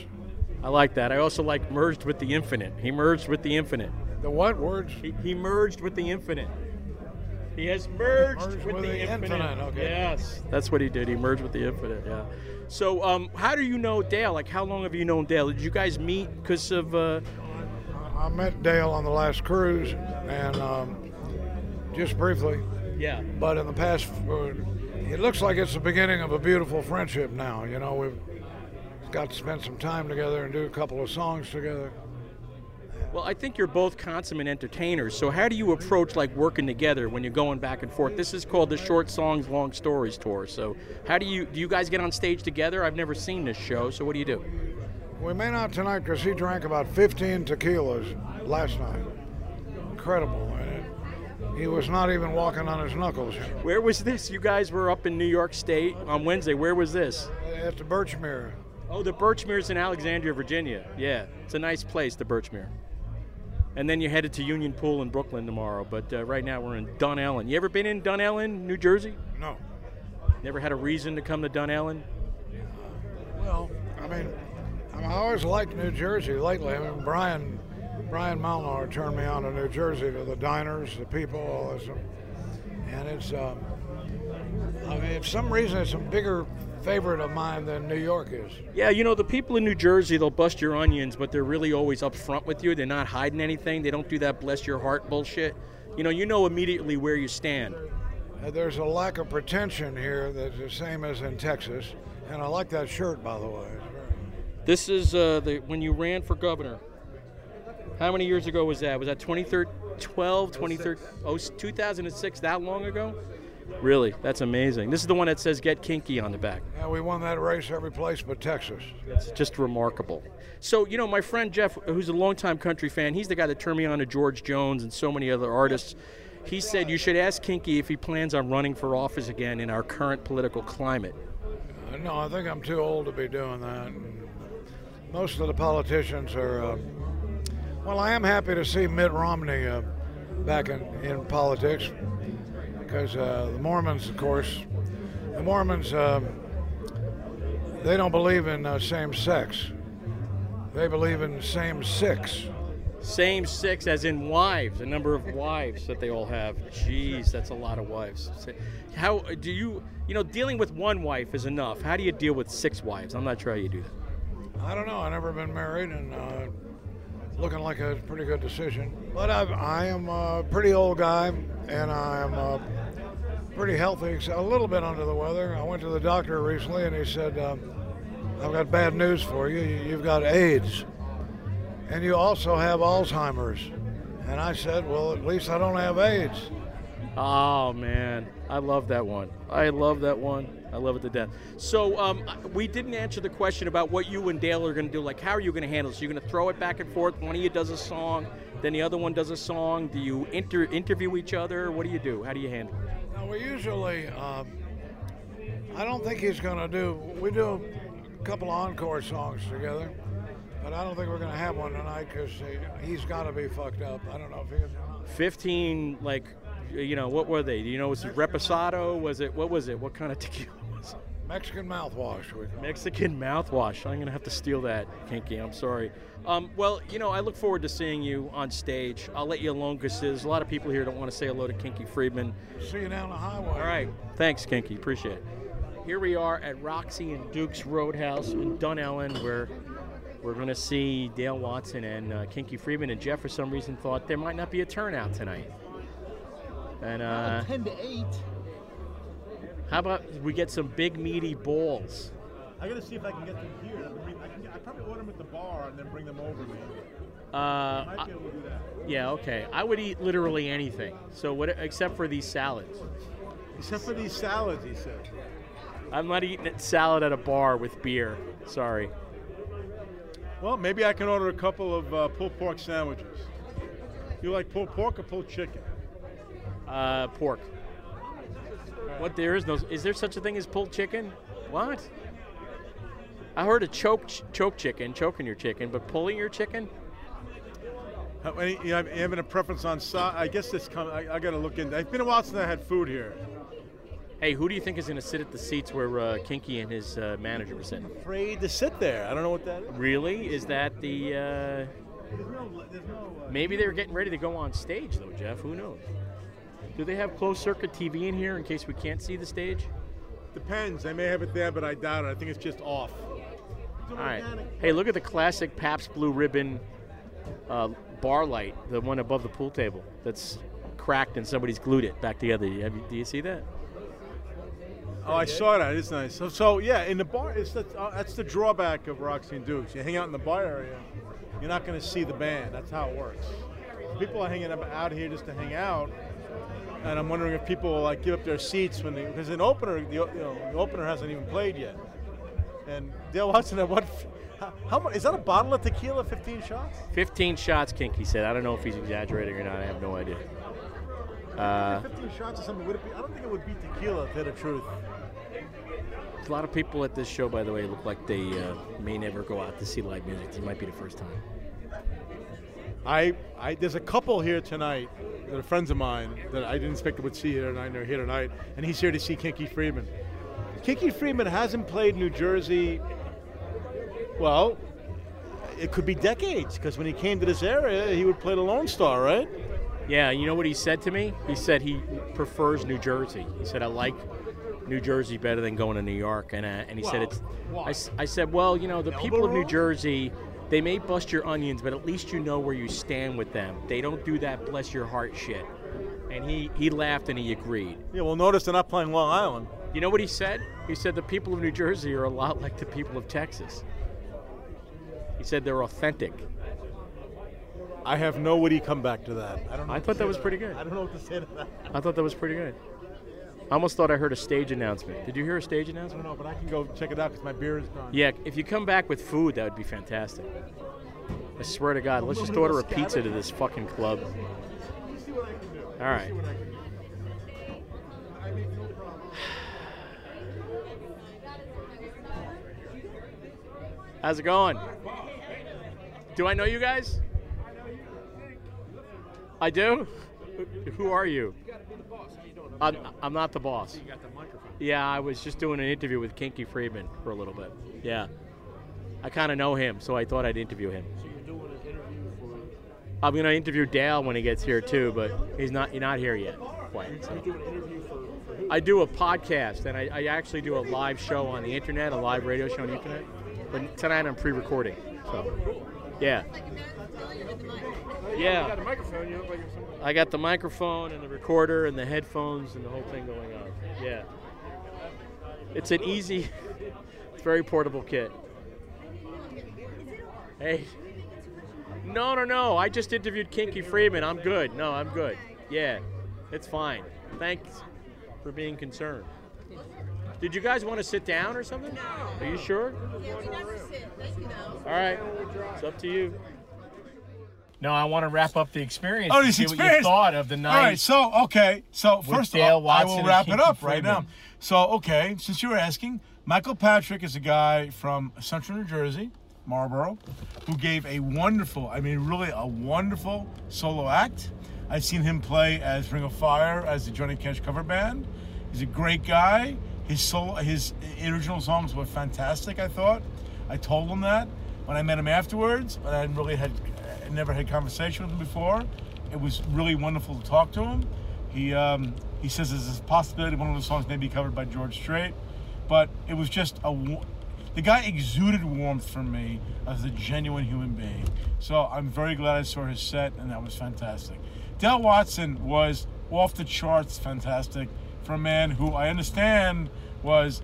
[SPEAKER 4] I like that. I also like merged with the infinite. He merged with the infinite.
[SPEAKER 3] The what words?
[SPEAKER 4] He, he merged with the infinite. He has merged,
[SPEAKER 3] Merged with the infinite, okay.
[SPEAKER 4] Yes, that's what he did. He merged with the infinite. Yeah. So, um, how do you know Dale? Like, how long have you known Dale? Did you guys meet because of? Uh,
[SPEAKER 3] I met Dale on the last cruise, and um, just briefly,
[SPEAKER 4] yeah.
[SPEAKER 3] but in the past, uh, it looks like it's the beginning of a beautiful friendship now. You know, we've got to spend some time together and do a couple of songs together.
[SPEAKER 4] Well, I think you're both consummate entertainers. So, how do you approach like working together when you're going back and forth? This is called the Short Songs, Long Stories tour. So, how do you do? You guys get on stage together? I've never seen this show. So, what do you do?
[SPEAKER 3] We may not tonight because he drank about 15 tequilas last night. Incredible. And it, he was not even walking on his knuckles.
[SPEAKER 4] Where was this? You guys were up in New York State on Wednesday. Where was this?
[SPEAKER 3] At the Birchmere.
[SPEAKER 4] Oh, the Birchmere's in Alexandria, Virginia. Yeah, it's a nice place, the Birchmere. And then you're headed to Union Pool in Brooklyn tomorrow. But uh, right now we're in Dunellen. You ever been in Dunellen, New Jersey?
[SPEAKER 3] No.
[SPEAKER 4] Never had a reason to come to Dunellen?
[SPEAKER 3] Well, I mean, I, mean, I always liked New Jersey lately. I mean, Brian, Brian Molnar turned me on to New Jersey, to the diners, the people, all this. stuff. And it's, um, I mean, if some reason, it's a bigger
[SPEAKER 8] favorite of mine than New York is.
[SPEAKER 4] Yeah, you know, the people in New Jersey, they'll bust your onions, but they're really always up front with you. They're not hiding anything. They don't do that bless your heart bullshit. You know, you know immediately where you stand.
[SPEAKER 8] Uh, There's a lack of pretension here that's the same as in Texas. And I like that shirt, by the way. It's very-
[SPEAKER 4] This is uh, the when you ran for governor. How many years ago was that? Was that 2012, 2013, oh, 2006, that long ago? Really, that's amazing. This is the one that says Get Kinky on the back.
[SPEAKER 8] Yeah, we won that race every place but Texas.
[SPEAKER 4] It's just remarkable. So, you know, my friend Jeff, who's a longtime country fan, he's the guy that turned me on to George Jones and so many other artists. He said you should ask Kinky if he plans on running for office again in our current political climate.
[SPEAKER 8] Uh, No, I think I'm too old to be doing that. And Most of the politicians are. Uh, well, I am happy to see Mitt Romney uh, back in, in politics because uh, the Mormons, of course, the Mormons, uh, they don't believe in uh, same sex. They believe in same six.
[SPEAKER 4] Same six as in wives, the number of wives that they all have. Jeez, that's a lot of wives. How do you, you know, dealing with one wife is enough. How do you deal with six wives? I'm not sure how you do that.
[SPEAKER 8] I don't know. I've never been married, and uh, looking like a pretty good decision. But I've, I am a pretty old guy, and I am uh, pretty healthy, ex- a little bit under the weather. I went to the doctor recently, and he said, um, "I've got bad news for you. You- You've got AIDS, and you also have Alzheimer's." And I said, "Well, at least I don't have AIDS."
[SPEAKER 4] Oh man, I love that one. I love that one. I love it to death. So um, we didn't answer the question about what you and Dale are going to do. Like, how are you going to handle this? You're going to throw it back and forth. One of you does a song, then the other one does a song. Do you inter- interview each other? What do you do? How do you handle? it?
[SPEAKER 8] Now we usually, um, I don't think he's going to do. We do a couple of encore songs together, but I don't think we're going to have one tonight because he, he's got to be fucked up. I don't know if he is. or not.
[SPEAKER 4] Fifteen, like, you know, what were they? Do you know? Was it reposado? Was it what was it? What kind of tequila? was it?
[SPEAKER 8] Mexican mouthwash. We call it.
[SPEAKER 4] Mexican mouthwash. I'm gonna have to steal that, Kinky. I'm sorry. Um, well, you know, I look forward to seeing you on stage. I'll let you alone because there's a lot of people here don't want to say hello to Kinky Friedman.
[SPEAKER 8] See you down the highway.
[SPEAKER 4] All right, thanks, Kinky. Appreciate it. Here we are at Roxy and Duke's Roadhouse in Dunellen, where we're gonna see Dale Watson and uh, Kinky Friedman. And Jeff, for some reason, thought there might not be a turnout tonight. And uh,
[SPEAKER 10] Ten to eight.
[SPEAKER 4] how about we get some big meaty balls?
[SPEAKER 3] I gotta see if I can get them here. I, mean, I, can get, I probably order them at the bar and then bring them over. Maybe.
[SPEAKER 4] Uh,
[SPEAKER 3] Might be able to do that.
[SPEAKER 4] Yeah, okay. I would eat literally anything. So what except for these salads.
[SPEAKER 3] Except for these salads, he said.
[SPEAKER 4] I'm not eating a salad at a bar with beer. Sorry.
[SPEAKER 3] Well, maybe I can order a couple of uh, pulled pork sandwiches. You like pulled pork or pulled chicken?
[SPEAKER 4] Uh, pork. What there is no is there such a thing as pulled chicken? What? I heard a choke ch- choke chicken, choking your chicken, but pulling your chicken?
[SPEAKER 3] How, any, you have, you having a preference on side? I guess this come. I, I gotta look in. It's been a while since I had food here.
[SPEAKER 4] Hey, who do you think is going to sit at the seats where uh, Kinky and his uh, manager were sitting?
[SPEAKER 3] Afraid to sit there. I don't know what that.
[SPEAKER 4] Really? Is that the? Uh... Maybe they were getting ready to go on stage, though, Jeff. Who knows? Do they have closed circuit TV in here in case we can't see the stage?
[SPEAKER 3] Depends. They may have it there, but I doubt it. I think it's just off.
[SPEAKER 4] All right. Hey, look at the classic Pabst Blue Ribbon uh, bar light, the one above the pool table that's cracked and somebody's glued it back together. Have you, do you see that?
[SPEAKER 3] Oh, I saw that. It's nice. So, so yeah, in the bar, it's the, uh, that's the drawback of Roxy and Dukes. You hang out in the bar area, you're not going to see the band. That's how it works. People are hanging up out here just to hang out, and I'm wondering if people will like give up their seats when they because an opener, the, o- you know, the opener hasn't even played yet. And Dale Watson at what? How, how much is that? A bottle of tequila, 15 shots?
[SPEAKER 4] 15 shots, Kinky said. I don't know if he's exaggerating or not. I have no idea. Uh,
[SPEAKER 3] 15 shots or something? Would it be? I don't think it would be tequila. To tell the truth.
[SPEAKER 4] A lot of people at this show, by the way, look like they uh, may never go out to see live music. This might be the first time.
[SPEAKER 3] I, I there's a couple here tonight that are friends of mine that I didn't expect would see here tonight and they're here tonight, and he's here to see Kinky Freeman. Kinky Freeman hasn't played New Jersey. Well, it could be decades because when he came to this area, he would play the Lone Star, right?
[SPEAKER 4] Yeah, you know what he said to me? He said he prefers New Jersey. He said, I like New Jersey better than going to New York, and uh, and he said
[SPEAKER 11] Well,
[SPEAKER 4] it's.
[SPEAKER 11] why?
[SPEAKER 4] I s- I, said, well, you know, the people of New
[SPEAKER 11] rule?
[SPEAKER 4] Jersey, they may bust your onions, but at least you know where you stand with them. They don't do that bless your heart shit. And he he laughed and he agreed.
[SPEAKER 12] Yeah, well, notice they're not playing Long Island.
[SPEAKER 4] You know what he said? He said the people of New Jersey are a lot like the people of Texas. He said they're authentic.
[SPEAKER 12] I have no witty comeback to that. I don't. Know
[SPEAKER 4] I
[SPEAKER 12] what to
[SPEAKER 4] thought
[SPEAKER 12] say
[SPEAKER 4] that was
[SPEAKER 12] to
[SPEAKER 4] pretty good.
[SPEAKER 12] I don't know what to say to that.
[SPEAKER 4] I thought that was pretty good. I almost thought I heard a stage announcement. Did you hear a stage
[SPEAKER 12] I don't
[SPEAKER 4] announcement?
[SPEAKER 12] know, but I can go check it out because my beer is gone.
[SPEAKER 4] Yeah, if you come back with food, that would be fantastic. I swear to God, let's just order a pizza to this fucking club. All right. How's it going? Do I know you guys? I do? Who- Who are you? I'm, I'm not the boss.
[SPEAKER 11] got the microphone.
[SPEAKER 4] Yeah, I was just doing an interview with Kinky Friedman for a little bit. Yeah. I kind of know him, so I thought I'd interview him.
[SPEAKER 11] So you're doing an interview for.
[SPEAKER 4] I'm going to interview Dale when he gets here too, but he's not he's not here yet. Quite. so.
[SPEAKER 11] You're doing an interview for. for who?
[SPEAKER 4] I do a podcast, and I, I actually do a live show on the internet, a live radio show on the internet. But tonight I'm pre-recording, so yeah,
[SPEAKER 11] Oh, You got
[SPEAKER 4] yeah.
[SPEAKER 11] a microphone. You look like you're somebody.
[SPEAKER 4] I got the microphone and the recorder and the headphones and the whole thing going on. Yeah, it's an easy, it's very portable kit. Hey, no, no, no. I just interviewed Kinky Freeman. I'm good. No, I'm good. Yeah, it's fine. Thanks for being concerned. Did you guys want to sit down or something? Are you sure? All right, it's up to you. No, I want to wrap up the experience.
[SPEAKER 3] Oh,
[SPEAKER 4] and
[SPEAKER 3] this
[SPEAKER 4] see what you
[SPEAKER 3] experience.
[SPEAKER 4] thought of the
[SPEAKER 3] All right,
[SPEAKER 4] night.
[SPEAKER 3] so okay, so first
[SPEAKER 4] Dale
[SPEAKER 3] of all, I
[SPEAKER 4] Watson
[SPEAKER 3] will
[SPEAKER 4] and
[SPEAKER 3] wrap it
[SPEAKER 4] Kinky
[SPEAKER 3] up right
[SPEAKER 4] Friedman.
[SPEAKER 3] now. So okay, since you were asking, Michael Patrick is a guy from Central New Jersey, Marlboro, who gave a wonderful, I mean, really a wonderful solo act. I've seen him play as Ring of Fire as the Johnny Cash cover band. He's a great guy. His solo, his original songs were fantastic. I thought. I told him that when I met him afterwards, but I really had I never had conversation with him before. It was really wonderful to talk to him. He um, he says there's a possibility one of the songs may be covered by George Strait, but it was just a wa- the guy exuded warmth from me as a genuine human being. So I'm very glad I saw his set, and that was fantastic. Del Watson was off the charts, fantastic for a man who I understand was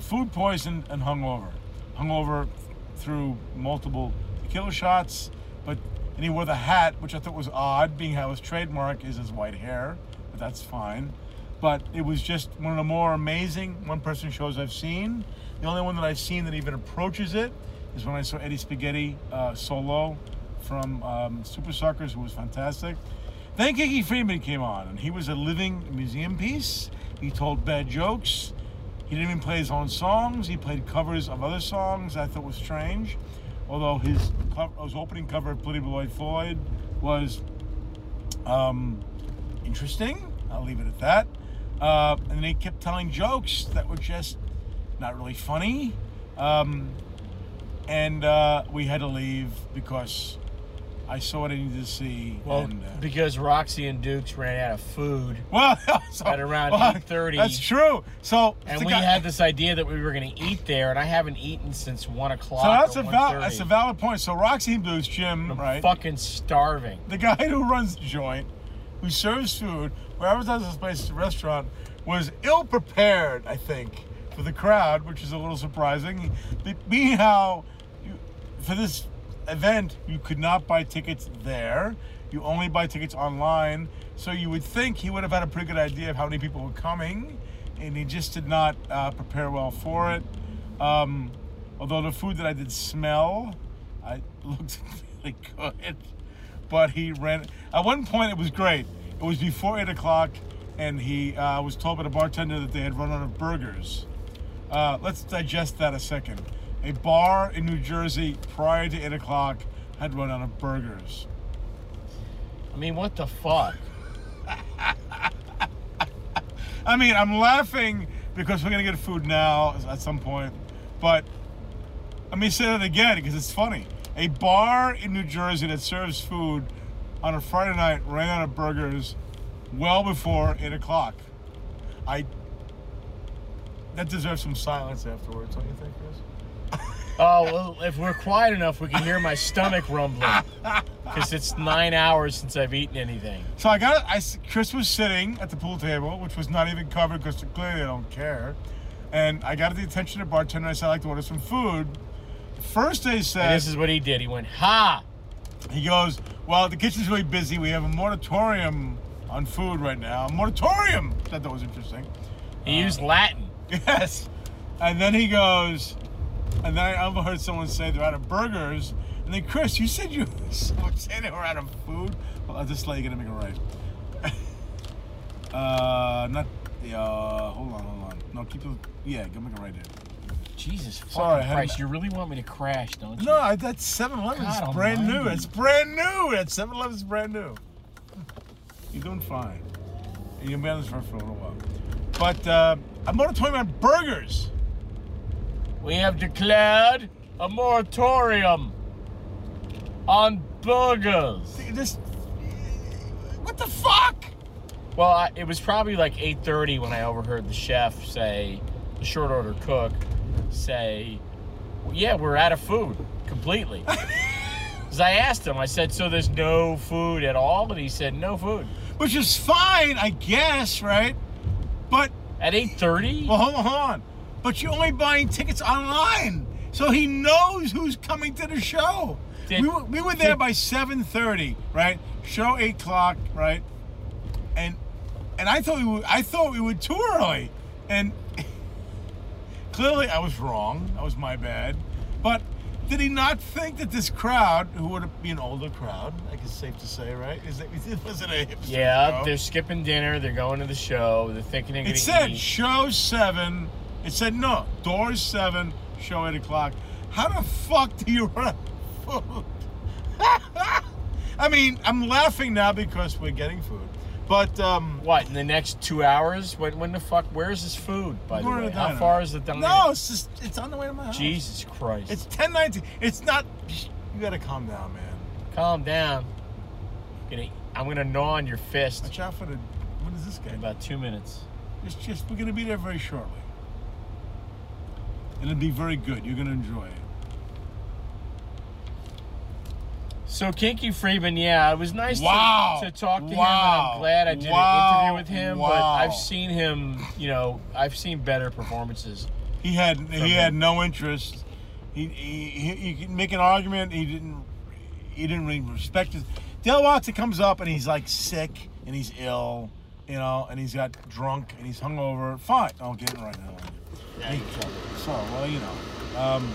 [SPEAKER 3] food poisoned and hungover. Hungover through multiple tequila shots, but and he wore the hat, which I thought was odd, being how his trademark is his white hair, but that's fine. But it was just one of the more amazing one-person shows I've seen. The only one that I've seen that even approaches it is when I saw Eddie Spaghetti uh, solo from um, Super Suckers, who was fantastic. Then Kiki Freeman came on, and he was a living museum piece. He told bad jokes. He didn't even play his own songs. He played covers of other songs. I thought was strange, although his co- his opening cover of Bloody Lloyd Floyd was um, interesting. I'll leave it at that. Uh, and they kept telling jokes that were just not really funny. Um, and uh, we had to leave because I saw what I needed to see.
[SPEAKER 2] Well,
[SPEAKER 3] and, uh,
[SPEAKER 2] because Roxy and Dukes ran out of food,
[SPEAKER 3] well, so-
[SPEAKER 2] At around
[SPEAKER 3] well,
[SPEAKER 2] 8:30.
[SPEAKER 3] That's true. So
[SPEAKER 2] and
[SPEAKER 3] the
[SPEAKER 2] we
[SPEAKER 3] guy-
[SPEAKER 2] had this idea that we were going to eat there, and I haven't eaten since one o'clock.
[SPEAKER 3] So that's
[SPEAKER 2] or
[SPEAKER 3] a val-
[SPEAKER 2] 1:30.
[SPEAKER 3] that's a valid point. So Roxy Blues Jim,
[SPEAKER 2] I'm
[SPEAKER 3] right?
[SPEAKER 2] fucking starving.
[SPEAKER 3] The guy who runs the joint, who serves food, who advertises this place as a restaurant, was ill prepared, I think, for the crowd, which is a little surprising. Be- Being how you, for this event you could not buy tickets there, you only buy tickets online. So you would think he would have had a pretty good idea of how many people were coming, and he just did not uh, prepare well for it. Um, although the food that I did smell, I looked really good. But he ran. At one point, it was great. It was before eight o'clock, and he uh, was told by the bartender that they had run out of burgers. Uh, let's digest that a second. A bar in New Jersey prior to eight o'clock had run out of burgers.
[SPEAKER 2] I mean, what the fuck?
[SPEAKER 3] I mean, I'm laughing because we're gonna get food now at some point, but let me say that again because it's funny. A bar in New Jersey that serves food on a Friday night ran out of burgers well before eight o'clock. I That deserves some silence afterwards, don't you think, Chris?
[SPEAKER 4] Oh, well, if we're quiet enough, we can hear my stomach rumbling. Because it's nine hours since I've eaten anything.
[SPEAKER 3] So I got I s- Chris was sitting at the pool table, which was not even covered because clearly I don't care. And I got the attention of the bartender. I said I'd like to order some food. First they said
[SPEAKER 4] And this is what he did. He went, ha!
[SPEAKER 3] He goes, well, the kitchen's really busy. We have a moratorium on food right now. Moratorium. I thought that was interesting.
[SPEAKER 4] He used Latin.
[SPEAKER 3] Yes. And then he goes, and then I overheard someone say they're out of burgers. And then Chris, you said you someone said they were out of food. Well, I'll just let you get a make a right. uh, not the. Uh, hold on, hold on. No, keep the. Yeah, go make a right there.
[SPEAKER 4] Jesus fucking
[SPEAKER 3] Sorry, I had-
[SPEAKER 4] Christ, you really want me to crash, don't you?
[SPEAKER 3] No, I- that's 7 Eleven. It's
[SPEAKER 4] God
[SPEAKER 3] brand new.
[SPEAKER 4] almighty.
[SPEAKER 3] It's brand new. That 7 Eleven's brand new. You're doing fine. And you'll be on this for for a little while. But uh, I'm going to talk about burgers.
[SPEAKER 4] We have declared a moratorium on burgers.
[SPEAKER 3] This, what the fuck?
[SPEAKER 4] Well, I, it was probably like 8:30 when I overheard the chef say, the short order cook say, well, "Yeah, we're out of food completely." Because I asked him, I said, "So there's no food at all?" And he said, "No food."
[SPEAKER 3] Which is fine, I guess, right? But
[SPEAKER 4] At 8:30?
[SPEAKER 3] well, hold on, hold on. But you're only buying tickets online, so he knows who's coming to the show.
[SPEAKER 4] Did-
[SPEAKER 3] we, were, we were there
[SPEAKER 4] did-
[SPEAKER 3] by 7:30, right? Show eight o'clock, right? And and I thought we were, I thought we were too early, and clearly I was wrong. That was my bad. But did he not think that this crowd, who would be an older crowd, I guess it's safe to say, right? Is that it wasn't a hipster
[SPEAKER 4] yeah,
[SPEAKER 3] crowd.
[SPEAKER 4] they're skipping dinner. They're going to the show. They're thinking they're going
[SPEAKER 3] It
[SPEAKER 4] to
[SPEAKER 3] said
[SPEAKER 4] eat.
[SPEAKER 3] show seven. It said no doors seven. Show eight o'clock. How the fuck do you run out of food? I mean, I'm laughing now because we're getting food, but um,
[SPEAKER 4] What in the next two hours? When, when the fuck? Where's this food? By the
[SPEAKER 3] We're in a
[SPEAKER 4] way, how
[SPEAKER 3] diner.
[SPEAKER 4] far is the diner?
[SPEAKER 3] no, it's just it's on the way to my house.
[SPEAKER 4] Jesus Christ!
[SPEAKER 3] It's ten ninety. It's not. You gotta calm down, man.
[SPEAKER 4] Calm down. I'm gonna, I'm gonna gnaw on your fist
[SPEAKER 3] Watch out for the. What is this
[SPEAKER 4] in
[SPEAKER 3] guy?
[SPEAKER 4] about two minutes.
[SPEAKER 3] It's just we're gonna be there very shortly. It'll be very good. You're gonna enjoy it.
[SPEAKER 4] So Kinky Freeman, yeah, it was nice to-
[SPEAKER 3] Wow.
[SPEAKER 4] to, talk to him. And
[SPEAKER 3] Wow.
[SPEAKER 4] I'm glad I did
[SPEAKER 3] Wow.
[SPEAKER 4] an interview with him. But
[SPEAKER 3] Wow.
[SPEAKER 4] I've seen him, you know, I've seen better performances.
[SPEAKER 3] He had he had
[SPEAKER 4] him.
[SPEAKER 3] no interest. He, he he he could make an argument. He didn't he didn't really respect his. Del Watson comes up and he's like sick and he's ill, you know, and he's got drunk and he's hungover. Fine, I'll get it right now. Hey, so well, you know, um,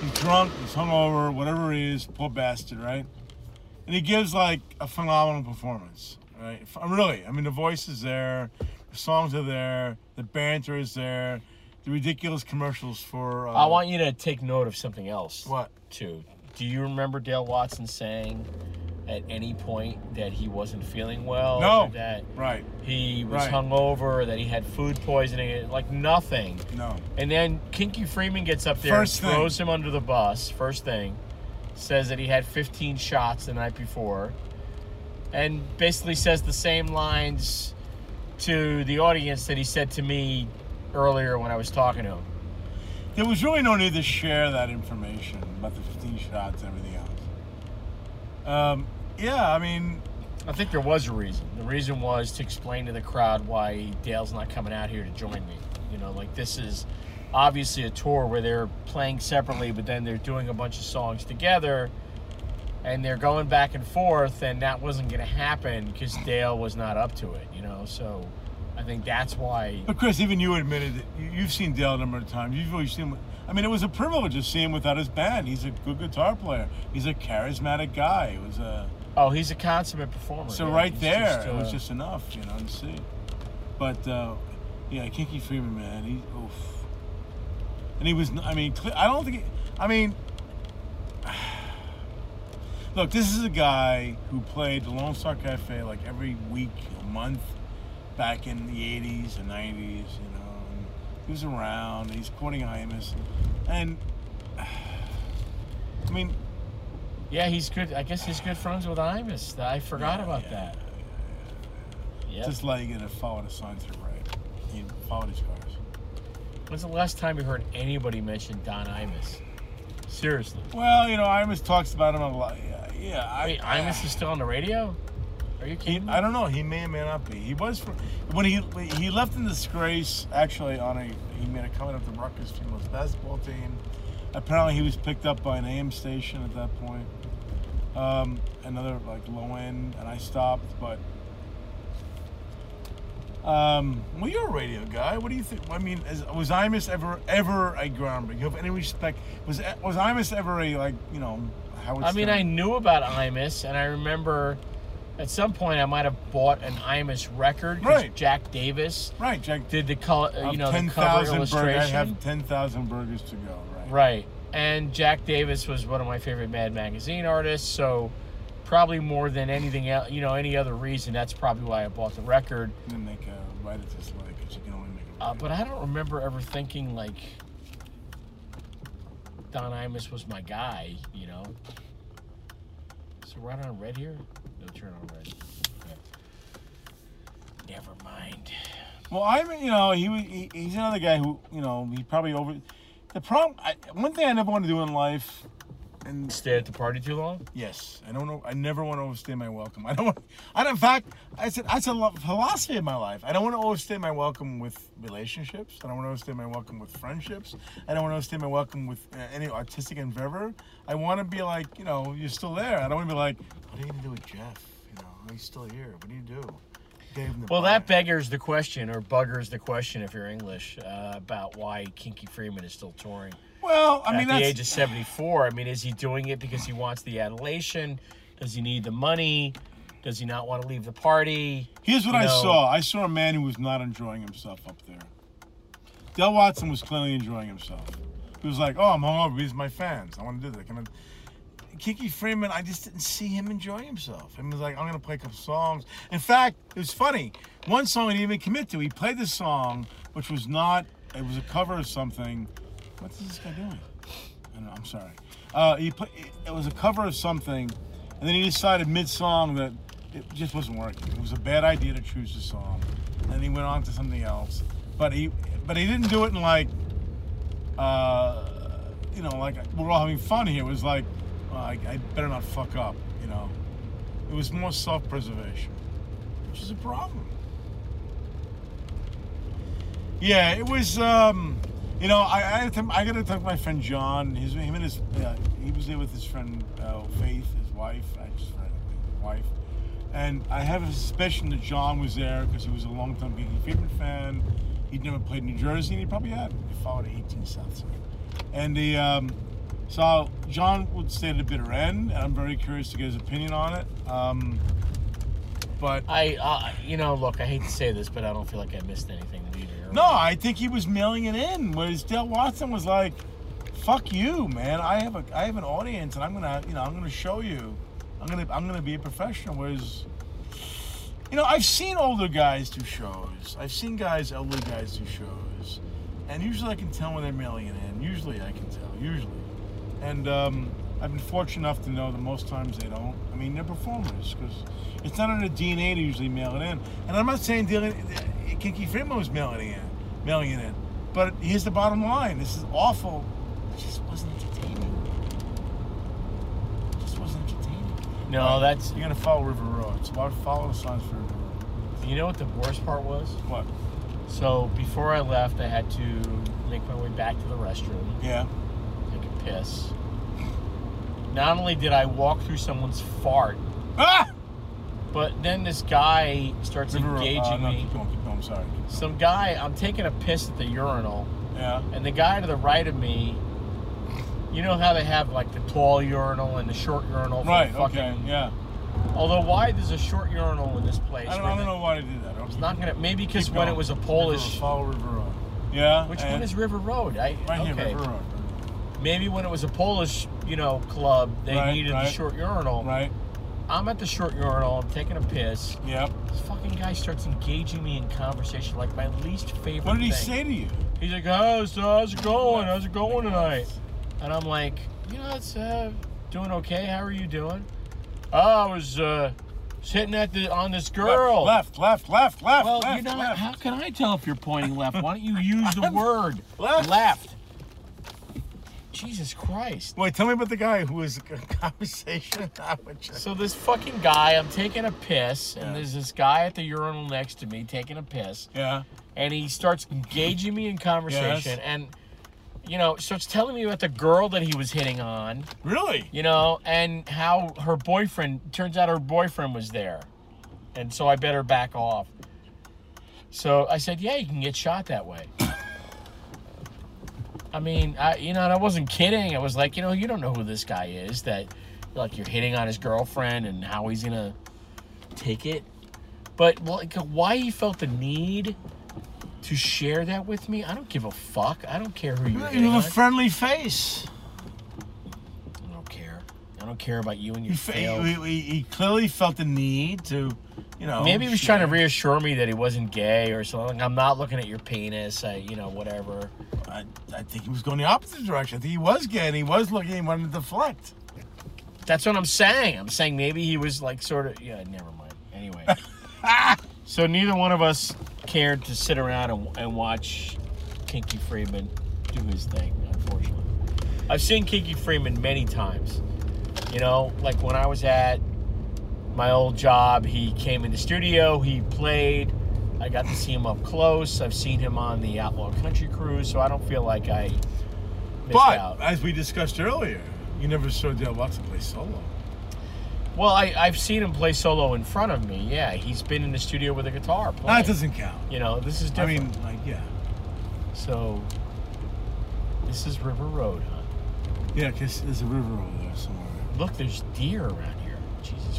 [SPEAKER 3] he's drunk, he's hungover, whatever it is, poor bastard, right? And he gives like a phenomenal performance, right? F- Really, I mean, the voice is there, the songs are there, the banter is there, the ridiculous commercials for. Uh,
[SPEAKER 4] I want you to take note of something else
[SPEAKER 3] what?
[SPEAKER 4] too. Do you remember Dale Watson saying at any point that he wasn't feeling well?
[SPEAKER 3] No.
[SPEAKER 4] or That
[SPEAKER 3] Right?
[SPEAKER 4] he was
[SPEAKER 3] Right.
[SPEAKER 4] hungover, that he had food poisoning, like nothing.
[SPEAKER 3] No.
[SPEAKER 4] And then Kinky Freeman gets up there,
[SPEAKER 3] First
[SPEAKER 4] and
[SPEAKER 3] thing.
[SPEAKER 4] throws him under the bus. First thing, says that he had 15 shots the night before, and basically says the same lines to the audience that he said to me earlier when I was talking to him.
[SPEAKER 3] There was really no need to share that information about the 15 shots and everything else. Um, yeah, I mean,
[SPEAKER 4] I think there was a reason. The reason was to explain to the crowd why Dale's not coming out here to join me. You know, like this is obviously a tour where they're playing separately, but then they're doing a bunch of songs together and they're going back and forth, and that wasn't going to happen because Dale was not up to it, you know? So I think that's why.
[SPEAKER 3] But Chris, even you admitted that you- you've seen Dale a number of times. You've really seen him. I mean, it was a privilege to see him without his band. He's a good guitar player. He's a charismatic guy. It was a
[SPEAKER 4] Oh, he's a consummate performer.
[SPEAKER 3] so
[SPEAKER 4] yeah.
[SPEAKER 3] right
[SPEAKER 4] He's
[SPEAKER 3] there.
[SPEAKER 4] just,
[SPEAKER 3] it was
[SPEAKER 4] uh,
[SPEAKER 3] just enough, you know, to see. But uh, yeah, Kinky Freeman, man, he oof. And he was. I mean, cle- I don't think. He, I mean, look, this is a guy who played the Lone Star Cafe like every week or month back in the 80s and 90s, you know. And he was around, he's quoting Imus. And, I mean,
[SPEAKER 4] Yeah, he's good. I guess he's good friends with Imus. I forgot about
[SPEAKER 3] yeah,
[SPEAKER 4] that. Yeah.
[SPEAKER 3] just like you know, follow the signs to the right. You follow these cars.
[SPEAKER 4] When's the last time you heard anybody mention Don Imus? Seriously.
[SPEAKER 3] Well, you know, Imus talks about him a lot. Yeah, yeah
[SPEAKER 4] I mean, Imus is still on the radio. Are you
[SPEAKER 3] kidding? I don't know. He may or may not be. He was for, when he he left in disgrace. Actually, on a he made a comment of the Rutgers females basketball team. Apparently, he was picked up by an AM station at that point. Um, another like low end, and I stopped. But um, well, you're a radio guy. What do you think? I mean, is, was Imus ever ever a groundbreaker? You have any respect? Was was Imus ever a like you know? Howard
[SPEAKER 4] I mean,
[SPEAKER 3] Stern?
[SPEAKER 4] I knew about Imus, and I remember at some point I might have bought an Imus record. 'cause
[SPEAKER 3] Right.
[SPEAKER 4] Jack Davis.
[SPEAKER 3] Right, Jack.
[SPEAKER 4] Did the color, uh, you know, the
[SPEAKER 3] ten
[SPEAKER 4] cover
[SPEAKER 3] thousand burgers. I
[SPEAKER 4] illustration.
[SPEAKER 3] have ten thousand burgers to go. Right.
[SPEAKER 4] Right. And Jack Davis was one of my favorite Mad Magazine artists, so probably more than anything else, you know, any other reason, that's probably why I bought the record.
[SPEAKER 3] Then they can write it this way because you can only make it.
[SPEAKER 4] Uh, but I don't remember ever thinking like Don Imus was my guy, you know. So right on red here? No turn on red. Okay. Never mind.
[SPEAKER 3] Well, I mean, you know, he, was- he he's another guy who you know he probably over. The problem, I, one thing I never want to do in life, and
[SPEAKER 4] Stay at the party too long?
[SPEAKER 3] yes, I don't know. I never want to overstay my welcome. I don't. Want, I don't, in fact, I said that's a lo- philosophy of my life. I don't want to overstay my welcome with relationships. I don't want to overstay my welcome with friendships. I don't want to overstay my welcome with uh, any artistic endeavor. I want to be like, you know, you're still there. I don't want to be like, what are you gonna do with Jeff? You know, he's still here. What do you do? Gave him the
[SPEAKER 4] Well,
[SPEAKER 3] bye.
[SPEAKER 4] that beggars the question, or buggers the question if you're English, uh, about why Kinky Freeman is still touring.
[SPEAKER 3] Well, I mean,
[SPEAKER 4] at
[SPEAKER 3] that's,
[SPEAKER 4] the age of 74, I mean, is he doing it because he wants the adulation? Does he need the money? Does he not want to leave the party?
[SPEAKER 3] Here's what
[SPEAKER 4] You
[SPEAKER 3] I
[SPEAKER 4] know-
[SPEAKER 3] saw. I saw a man who was not enjoying himself up there. Del Watson was clearly enjoying himself. He was like, "Oh, I'm hungover. These are my fans. I want to do that." Can I- Kiki Freeman, I just didn't see him enjoying himself. He was like, "I'm gonna play a couple songs." In fact, it was funny. One song he didn't even commit to. He played this song, which was not. It was a cover of something. What's this guy doing? I don't know, I'm sorry. Uh, he put, it was a cover of something, and then he decided mid-song that it just wasn't working. It was a bad idea to choose the song, and he went on to something else. But he, but he didn't do it in like, uh, you know, like we're all having fun here. It was like, well, I, I better not fuck up, you know. It was more self-preservation, which is a problem. Yeah, it was. Um, you know, I I, had to, I got to talk to my friend John. His him and his uh, he was there with his friend uh, Faith, his wife. I just read it, wife, and I have a suspicion that John was there because he was a long time Yankee Freeman fan. He'd never played in New Jersey, and he probably had. He followed 18 South Side, and the um, so John would stay at the bitter end, and I'm very curious to get his opinion on it. Um, but
[SPEAKER 4] I, uh, you know, look, I hate to say this, but I don't feel like I missed anything either.
[SPEAKER 3] No, I think he was mailing it in. Whereas Dale Watson was like, "Fuck you, man. I have a I have an audience, and I'm gonna you know I'm gonna show you. I'm gonna I'm gonna be a professional." Whereas, you know, I've seen older guys do shows. I've seen guys, elderly guys do shows, and usually I can tell when they're mailing it in. Usually I can tell. Usually, and um, I've been fortunate enough to know that most times they don't. I mean, they're performers because it's not in their DNA to usually mail it in. And I'm not saying uh, dealing, Kinky Freeman was mailing it in, mailing it in. But here's the bottom line: this is awful. It just wasn't entertaining. It just wasn't entertaining.
[SPEAKER 4] No, that's,
[SPEAKER 3] You're gonna follow River Road. It's about follow the signs for River Road.
[SPEAKER 4] you know what the worst part was?
[SPEAKER 3] What?
[SPEAKER 4] So before I left, I had to make my way back to the restroom.
[SPEAKER 3] Yeah.
[SPEAKER 4] take a piss. Not only did I walk through someone's fart,
[SPEAKER 3] Ah!
[SPEAKER 4] but then this guy starts
[SPEAKER 3] River Road.
[SPEAKER 4] engaging eh?
[SPEAKER 3] Uh, no,
[SPEAKER 4] me.
[SPEAKER 3] keep going. Keep going. I'm sorry.
[SPEAKER 4] Some guy, I'm taking a piss at the urinal,
[SPEAKER 3] Yeah.
[SPEAKER 4] and the guy to the right of me, you know how they have like the tall urinal and the short urinal. for
[SPEAKER 3] Right.
[SPEAKER 4] the fucking-
[SPEAKER 3] Okay. Yeah.
[SPEAKER 4] Although why there's a short urinal in this place?
[SPEAKER 3] I don't,
[SPEAKER 4] where
[SPEAKER 3] I don't
[SPEAKER 4] the-
[SPEAKER 3] know why they did that. I was
[SPEAKER 4] It's not gonna. Maybe because
[SPEAKER 3] Keep
[SPEAKER 4] when
[SPEAKER 3] going.
[SPEAKER 4] it was a
[SPEAKER 3] River,
[SPEAKER 4] Polish.
[SPEAKER 3] follow River Road. Yeah.
[SPEAKER 4] Which
[SPEAKER 3] and-
[SPEAKER 4] one is River Road? I,
[SPEAKER 3] right here?
[SPEAKER 4] okay.
[SPEAKER 3] River Road.
[SPEAKER 4] Maybe when it was a Polish, you know, club, they
[SPEAKER 3] Right,
[SPEAKER 4] needed
[SPEAKER 3] right.
[SPEAKER 4] the short urinal.
[SPEAKER 3] Right.
[SPEAKER 4] I'm at the short urinal. I'm taking a piss.
[SPEAKER 3] Yep.
[SPEAKER 4] This fucking guy starts engaging me in conversation, like my least favorite.
[SPEAKER 3] What did he
[SPEAKER 4] thing.
[SPEAKER 3] say to you?
[SPEAKER 4] He's like, "Oh, so how's it going? How's it going tonight?" And I'm like, "You know, it's uh, doing okay. How are you doing?" Oh, I was uh, hitting at the on this girl.
[SPEAKER 3] Left, left, left, left.
[SPEAKER 4] Well,
[SPEAKER 3] left,
[SPEAKER 4] you're not.
[SPEAKER 3] left.
[SPEAKER 4] How can I tell if you're pointing left? Why don't you use the word
[SPEAKER 3] Left.
[SPEAKER 4] Left. Jesus Christ.
[SPEAKER 3] Wait, tell me about the guy who was in conversation. I would just-
[SPEAKER 4] So this fucking guy, I'm taking a piss, and there's this guy at the urinal next to me taking a piss,
[SPEAKER 3] yeah.
[SPEAKER 4] and he starts engaging me in conversation, and you know, starts telling me about the girl that he was hitting on,
[SPEAKER 3] Really?
[SPEAKER 4] you know, and how her boyfriend turns out her boyfriend was there. And so I better back off. So I said, Yeah, you can get shot that way. I mean, I you know, and I wasn't kidding. I was like, you know, you don't know who this guy is that like you're hitting on his girlfriend and how he's gonna take it. But like why he felt the need to share that with me, I don't give a fuck. I don't care who you're hitting
[SPEAKER 3] You
[SPEAKER 4] on.
[SPEAKER 3] have a friendly face.
[SPEAKER 4] I don't care. I don't care about you and your
[SPEAKER 3] He, fa-
[SPEAKER 4] failed
[SPEAKER 3] he, he, he clearly felt the need to, you know.
[SPEAKER 4] Maybe he was
[SPEAKER 3] share.
[SPEAKER 4] trying to reassure me that he wasn't gay or something. Like, I'm not looking at your penis, I, you know, whatever.
[SPEAKER 3] I, I think he was going the opposite direction. I think he was gay and he was looking and he wanted to deflect.
[SPEAKER 4] That's what I'm saying. I'm saying maybe he was like sort of. Yeah, never mind. Anyway. so neither one of us cared to sit around and, and watch Kinky Freeman do his thing, unfortunately. I've seen Kinky Freeman many times. You know, like when I was at my old job, he came in the studio, he played. I got to see him up close. I've seen him on the Outlaw Country Cruise, so I don't feel like I missed
[SPEAKER 3] But
[SPEAKER 4] out.
[SPEAKER 3] as we discussed earlier, you never saw Dale Watson play solo.
[SPEAKER 4] Well, I, I've seen him play solo in front of me. Yeah, he's been in the studio with a guitar playing.
[SPEAKER 3] That doesn't count.
[SPEAKER 4] You know, this is
[SPEAKER 3] I
[SPEAKER 4] different.
[SPEAKER 3] mean, like, yeah.
[SPEAKER 4] so this is River Road, huh?
[SPEAKER 3] Yeah, because there's a river over there somewhere.
[SPEAKER 4] Look, there's deer around here. Jesus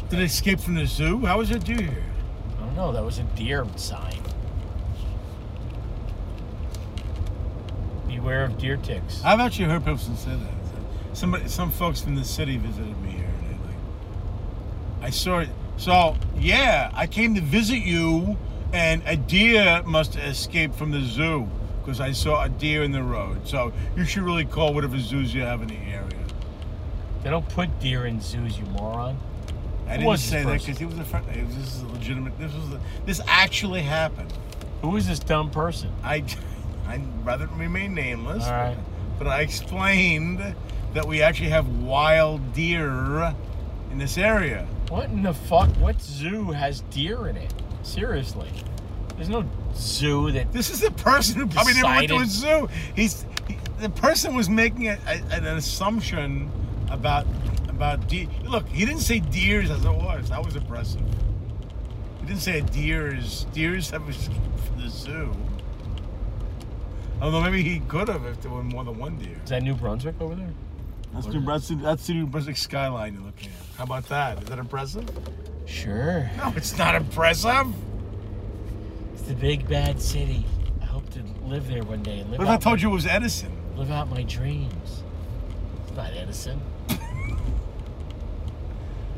[SPEAKER 3] Did
[SPEAKER 4] Christ!
[SPEAKER 3] it escape from the zoo? How was it do here?
[SPEAKER 4] I don't know. Oh, That was a deer sign. Beware of deer ticks.
[SPEAKER 3] I've actually heard people say that. Somebody, some folks from the city visited me here, and they like, I saw it. So yeah, I came to visit you, and a deer must have escaped from the zoo because I saw a deer in the road. So you should really call whatever zoos you have in the area.
[SPEAKER 4] They don't put deer in zoos, you moron.
[SPEAKER 3] I
[SPEAKER 4] Who
[SPEAKER 3] didn't
[SPEAKER 4] was this
[SPEAKER 3] say that
[SPEAKER 4] person?
[SPEAKER 3] because he was a friend. It was- This is a legitimate. This was a, this actually happened.
[SPEAKER 4] Who is this dumb person?
[SPEAKER 3] I, I'd rather remain nameless.
[SPEAKER 4] All right.
[SPEAKER 3] But I explained that we actually have wild deer in this area.
[SPEAKER 4] What in the fuck? What zoo has deer in it? Seriously, there's no zoo that
[SPEAKER 3] This is the person who probably never went to a zoo.
[SPEAKER 4] Decided.
[SPEAKER 3] He's he, the person was making a, a- an assumption about about deer. Look, he didn't say deers as it was. That was impressive. He didn't say deers. Deers have escaped from the zoo. Although maybe he could have if there were more than one deer.
[SPEAKER 4] Is that New Brunswick over there?
[SPEAKER 3] That's the, that's, the, that's the New Brunswick skyline you're looking at. How about that? Is that impressive?
[SPEAKER 4] Sure.
[SPEAKER 3] No, it's not impressive.
[SPEAKER 4] It's the big bad city. I hope to live there one day and live,
[SPEAKER 3] What if I
[SPEAKER 4] out,
[SPEAKER 3] told you it was Edison?
[SPEAKER 4] live out my dreams. It's not Edison.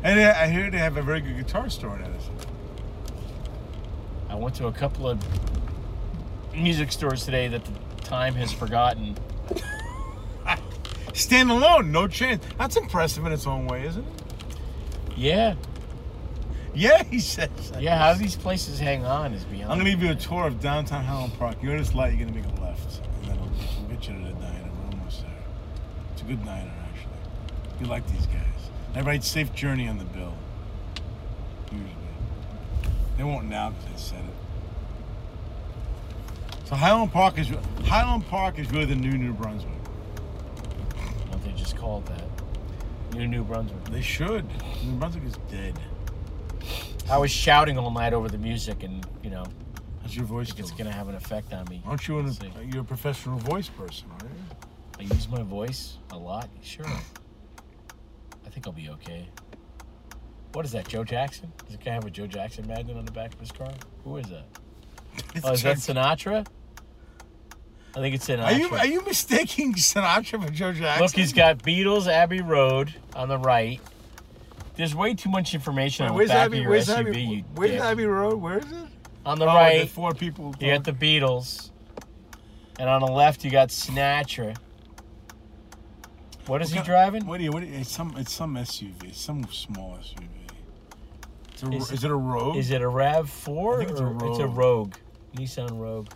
[SPEAKER 3] And I I hear they have a very good guitar store in Edison.
[SPEAKER 4] I went to a couple of music stores today that the time has forgotten.
[SPEAKER 3] Stand alone, no chance. That's impressive in its own way, isn't it?
[SPEAKER 4] Yeah,
[SPEAKER 3] Yeah, he says. that.
[SPEAKER 4] yeah. How these places hang on is beyond.
[SPEAKER 3] I'm gonna give you a tour of downtown Highland Park. You're at this light, you're gonna make a left. And that'll we'll get you to the diner. We're almost there. It's a good diner, actually. You like these guys. They write safe journey on the bill. Usually. They won't now because I said it. So Highland Park is Highland Park is really the new New Brunswick.
[SPEAKER 4] Why don't they just call it that? New New Brunswick.
[SPEAKER 3] They should. New Brunswick is dead.
[SPEAKER 4] I was shouting all night over the music, and you know,
[SPEAKER 3] How's your voice
[SPEAKER 4] I think it's
[SPEAKER 3] doing?
[SPEAKER 4] gonna have an effect on me.
[SPEAKER 3] Aren't you an,
[SPEAKER 4] See.
[SPEAKER 3] you're a professional voice person, aren't you?
[SPEAKER 4] I use my voice a lot. Sure. I think I'll be okay. What is that, Joe Jackson? Does the guy have a Joe Jackson magnet on the back of his car? Who is that? Oh, is that Sinatra? I think it's Sinatra.
[SPEAKER 3] Are you are you mistaking Sinatra for Joe Jackson?
[SPEAKER 4] Look, he's got Beatles, Abbey Road on the right. There's way too much information on the
[SPEAKER 3] Where's
[SPEAKER 4] back
[SPEAKER 3] Abbey?
[SPEAKER 4] of your
[SPEAKER 3] Where's
[SPEAKER 4] SUV.
[SPEAKER 3] Abbey?
[SPEAKER 4] you
[SPEAKER 3] Where's
[SPEAKER 4] dick.
[SPEAKER 3] Abbey Road? Where is it?
[SPEAKER 4] On the
[SPEAKER 3] Oh,
[SPEAKER 4] right,
[SPEAKER 3] four people.
[SPEAKER 4] you got the Beatles, and on the left you got Sinatra. What is he driving?
[SPEAKER 3] What are you? What are you, it's some? It's some SUV. Some small SUV. It's a- is it a Rogue?
[SPEAKER 4] Is it a Rav Four?
[SPEAKER 3] I think it's a
[SPEAKER 4] or-
[SPEAKER 3] Rogue.
[SPEAKER 4] Rogue. Nissan Rogue.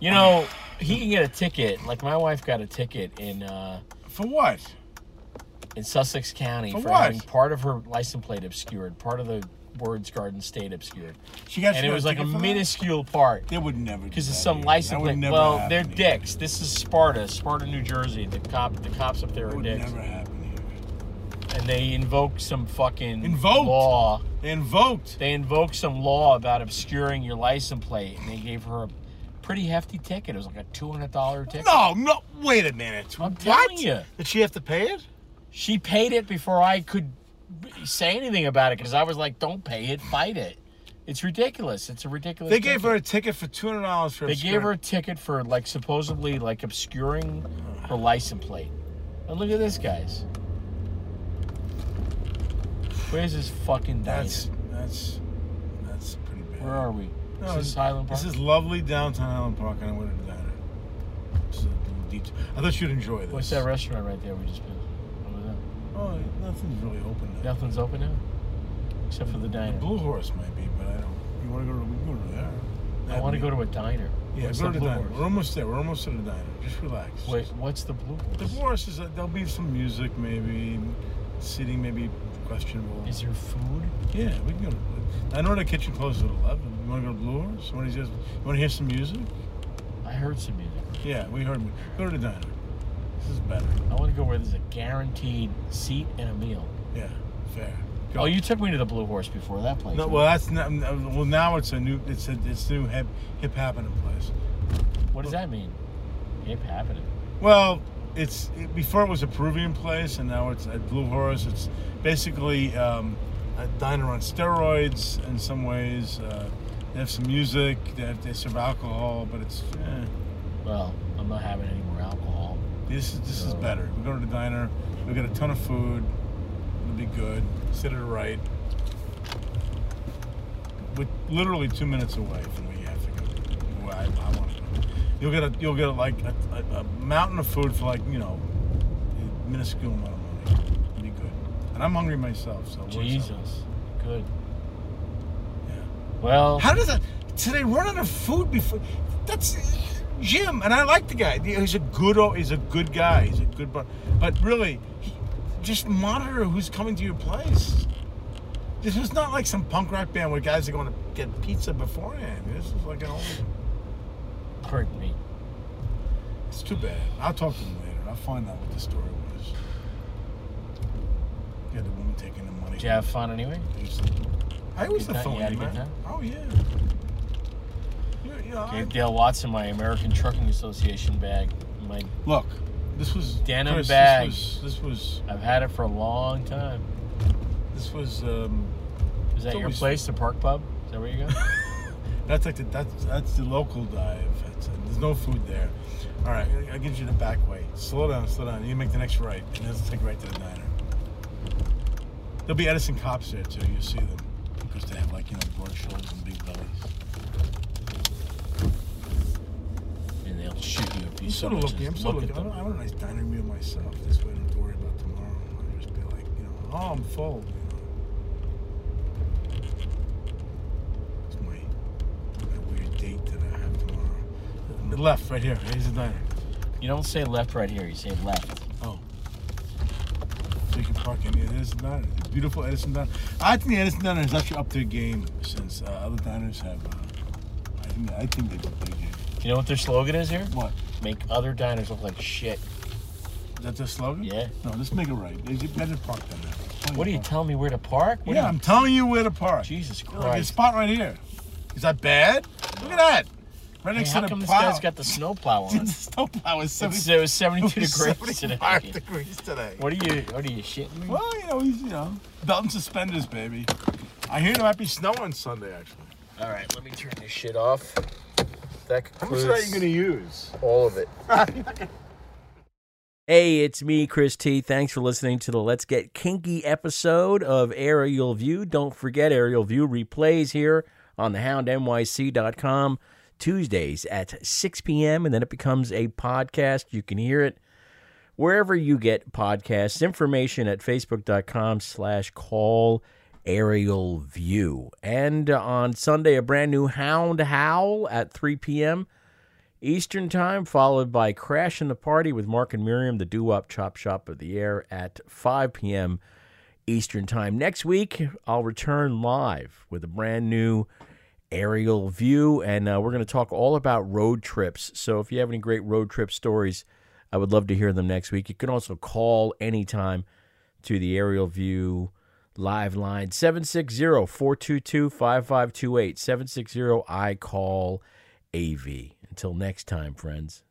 [SPEAKER 4] You know, he can get a ticket. Like my wife got a ticket in uh,
[SPEAKER 3] for what?
[SPEAKER 4] In Sussex County
[SPEAKER 3] For
[SPEAKER 4] for,
[SPEAKER 3] what?
[SPEAKER 4] having part of her license plate obscured, part of the words Garden State obscured.
[SPEAKER 3] She got-
[SPEAKER 4] and
[SPEAKER 3] she
[SPEAKER 4] it
[SPEAKER 3] got
[SPEAKER 4] was
[SPEAKER 3] a
[SPEAKER 4] like a
[SPEAKER 3] ticket for that?
[SPEAKER 4] minuscule part.
[SPEAKER 3] They would never.
[SPEAKER 4] Because it's some license
[SPEAKER 3] That would
[SPEAKER 4] plate.
[SPEAKER 3] never
[SPEAKER 4] Well,
[SPEAKER 3] happen
[SPEAKER 4] they're dicks. This is Sparta, Sparta, New Jersey. The cop, the cops up there are dicks. Never
[SPEAKER 3] happen
[SPEAKER 4] here. And they invoke some fucking
[SPEAKER 3] Invoked.
[SPEAKER 4] law.
[SPEAKER 3] They invoked.
[SPEAKER 4] They invoked some law about obscuring your license plate, and they gave her a pretty hefty ticket. It was like a two hundred dollar ticket.
[SPEAKER 3] No, no. Wait a minute.
[SPEAKER 4] I'm telling you.
[SPEAKER 3] Did she have to pay it?
[SPEAKER 4] She paid it before I could b- say anything about it because I was like, "Don't pay it, fight it." It's ridiculous. It's a ridiculous.
[SPEAKER 3] They gave
[SPEAKER 4] ticket.
[SPEAKER 3] her a ticket for two hundred dollars for.
[SPEAKER 4] They gave
[SPEAKER 3] obscuring.
[SPEAKER 4] her a ticket for like supposedly like obscuring her license plate. And look at this, guys. Where's this fucking diner?
[SPEAKER 3] That's that's that's pretty bad.
[SPEAKER 4] Where are we?
[SPEAKER 3] No,
[SPEAKER 4] this is Highland Park.
[SPEAKER 3] This is lovely downtown Highland Park, and I went to the diner. It's a little detour. I thought you'd enjoy this.
[SPEAKER 4] What's that restaurant right there we just been? What was that?
[SPEAKER 3] Oh, nothing's really open now.
[SPEAKER 4] Nothing's open now, except for the diner.
[SPEAKER 3] The Blue Horse might be, but I don't. You want to go to? We can go to there.
[SPEAKER 4] I want to go to a diner.
[SPEAKER 3] Yeah,
[SPEAKER 4] What's
[SPEAKER 3] go to the
[SPEAKER 4] Blue
[SPEAKER 3] diner.
[SPEAKER 4] Horse?
[SPEAKER 3] We're almost there. We're almost at the diner. Just relax.
[SPEAKER 4] Wait, what's the blue? Horse?
[SPEAKER 3] The Blue Horse is. uh, There'll be some music, maybe. Seating, maybe questionable.
[SPEAKER 4] Is there food?
[SPEAKER 3] Yeah, we can go. To, I know the kitchen closes at eleven. You want to go to Blue Horse? You want to, just, you want to hear some music?
[SPEAKER 4] I heard some music.
[SPEAKER 3] Yeah, we heard. Go to the diner. This is better.
[SPEAKER 4] I want to go where there's a guaranteed seat and a meal.
[SPEAKER 3] Yeah, fair.
[SPEAKER 4] Oh, you took me to the Blue Horse before that place.
[SPEAKER 3] No, well, that's not. no, Well, now it's a new. It's a. It's new hip hip happening place.
[SPEAKER 4] what does that mean? Hip happening.
[SPEAKER 3] Well, it's it, before it was a Peruvian place, and now it's at Blue Horse. It's basically um, a diner on steroids in some ways. Uh, they have some music. They have, they serve alcohol, but it's. Eh.
[SPEAKER 4] Well, I'm not having any more alcohol.
[SPEAKER 3] This is this is better. We go to the diner. We get a ton of food. It'll be good. Sit at the right. With literally two minutes away from where you have to go. Where I, I want to go. You'll get a you'll get a, like a, a, a mountain of food for like you know a minuscule amount of money. It'll be good. And I'm hungry myself, so it works out.
[SPEAKER 4] Jesus. Good. Well,
[SPEAKER 3] How does that? So they run out of food before. That's Jim, and I like the guy. He's a good. He's a good guy. He's a good. bu- But really, he, just monitor who's coming to your place. This is not like some punk rock band where guys are going to get pizza beforehand. This is like an old.
[SPEAKER 4] pardon me.
[SPEAKER 3] It's too bad. I'll talk to them later. I'll find out what the story was. Yeah, the woman taking the money.
[SPEAKER 4] Did you have fun anyway?
[SPEAKER 3] I was
[SPEAKER 4] Good
[SPEAKER 3] the
[SPEAKER 4] time? You
[SPEAKER 3] phony
[SPEAKER 4] had a good
[SPEAKER 3] man.
[SPEAKER 4] time?
[SPEAKER 3] Oh yeah. Yeah, yeah, I-
[SPEAKER 4] Gave Dale Watson my American Trucking Association bag. My
[SPEAKER 3] Look, this was
[SPEAKER 4] Denim
[SPEAKER 3] Chris,
[SPEAKER 4] bag.
[SPEAKER 3] This was this was,
[SPEAKER 4] I've had it for a long time.
[SPEAKER 3] this was um,
[SPEAKER 4] Is that
[SPEAKER 3] it's
[SPEAKER 4] your
[SPEAKER 3] always-
[SPEAKER 4] place, the Park Pub? Is that where you go?
[SPEAKER 3] That's like the that's that's the local dive. That's, uh, there's no food there. All right, I- I'll give you the back way. Slow down, slow down. You make the next right, and let's take right to the diner. There'll be Edison cops there too. You'll see them because they have like you know broad shoulders and big bellies.
[SPEAKER 4] and they'll shoot you if you
[SPEAKER 3] I'm
[SPEAKER 4] so
[SPEAKER 3] sort of
[SPEAKER 4] much
[SPEAKER 3] looking.
[SPEAKER 4] as
[SPEAKER 3] I'm sort of
[SPEAKER 4] look at
[SPEAKER 3] looking. I
[SPEAKER 4] them.
[SPEAKER 3] want, I want a nice diner meal myself. This way, I don't have to worry about tomorrow. I'll just be like, you know, oh, I'm full. You know. It's my, my weird date that I have tomorrow. The left, right here. Here's the diner.
[SPEAKER 4] You don't say left right here. You say left.
[SPEAKER 3] Oh. So you can park in here. There's the diner. The beautiful Edison Diner. I think the Edison Diner is actually up their game since uh, other diners have. Uh, I think I think they've up their game.
[SPEAKER 4] You know what their slogan is here?
[SPEAKER 3] What?
[SPEAKER 4] Make other diners look like shit.
[SPEAKER 3] Is that their slogan?
[SPEAKER 4] Yeah.
[SPEAKER 3] No, let's make it right. They should better park down there. Plenty
[SPEAKER 4] What are
[SPEAKER 3] of
[SPEAKER 4] you
[SPEAKER 3] park.
[SPEAKER 4] telling me where to park? What
[SPEAKER 3] yeah,
[SPEAKER 4] are you-
[SPEAKER 3] I'm telling you where to park.
[SPEAKER 4] Jesus
[SPEAKER 3] Look, there's a
[SPEAKER 4] Christ.
[SPEAKER 3] spot right here. Is that bad? Look at that. Right
[SPEAKER 4] Hey,
[SPEAKER 3] next
[SPEAKER 4] how
[SPEAKER 3] to the
[SPEAKER 4] come this
[SPEAKER 3] plow.
[SPEAKER 4] guy's got the snowplow on?
[SPEAKER 3] the snowplow is
[SPEAKER 4] It's,
[SPEAKER 3] 70,
[SPEAKER 4] it was 72
[SPEAKER 3] it was
[SPEAKER 4] degrees today.
[SPEAKER 3] 75 degrees today.
[SPEAKER 4] What are you? What are you shitting me?
[SPEAKER 3] Well, you know, he's you know, belt and suspenders, baby. I hear there might be snow on Sunday. Actually,
[SPEAKER 4] All right, let me turn this shit off. That
[SPEAKER 3] how much
[SPEAKER 4] concludes
[SPEAKER 3] of that are you gonna use?
[SPEAKER 4] all of it. Hey, it's me, Chris T. Thanks for listening to the Let's Get Kinky episode of Aerial View. Don't forget, Aerial View replays here on thehoundnyc.com Tuesdays at 6 p.m., and then it becomes a podcast. You can hear it wherever you get podcasts. Information at facebook.com slash call
[SPEAKER 1] Aerial View. And uh, on Sunday, a brand new Hound Howl at 3 p.m. Eastern Time, followed by Crash in the Party with Mark and Miriam, the doo wop chop shop of the air at 5 p.m. Eastern Time. Next week, I'll return live with a brand new aerial view, and uh, we're going to talk all about road trips. So if you have any great road trip stories, I would love to hear them next week. You can also call anytime to the aerial view live line 760-422-5528 760 i call av until next time friends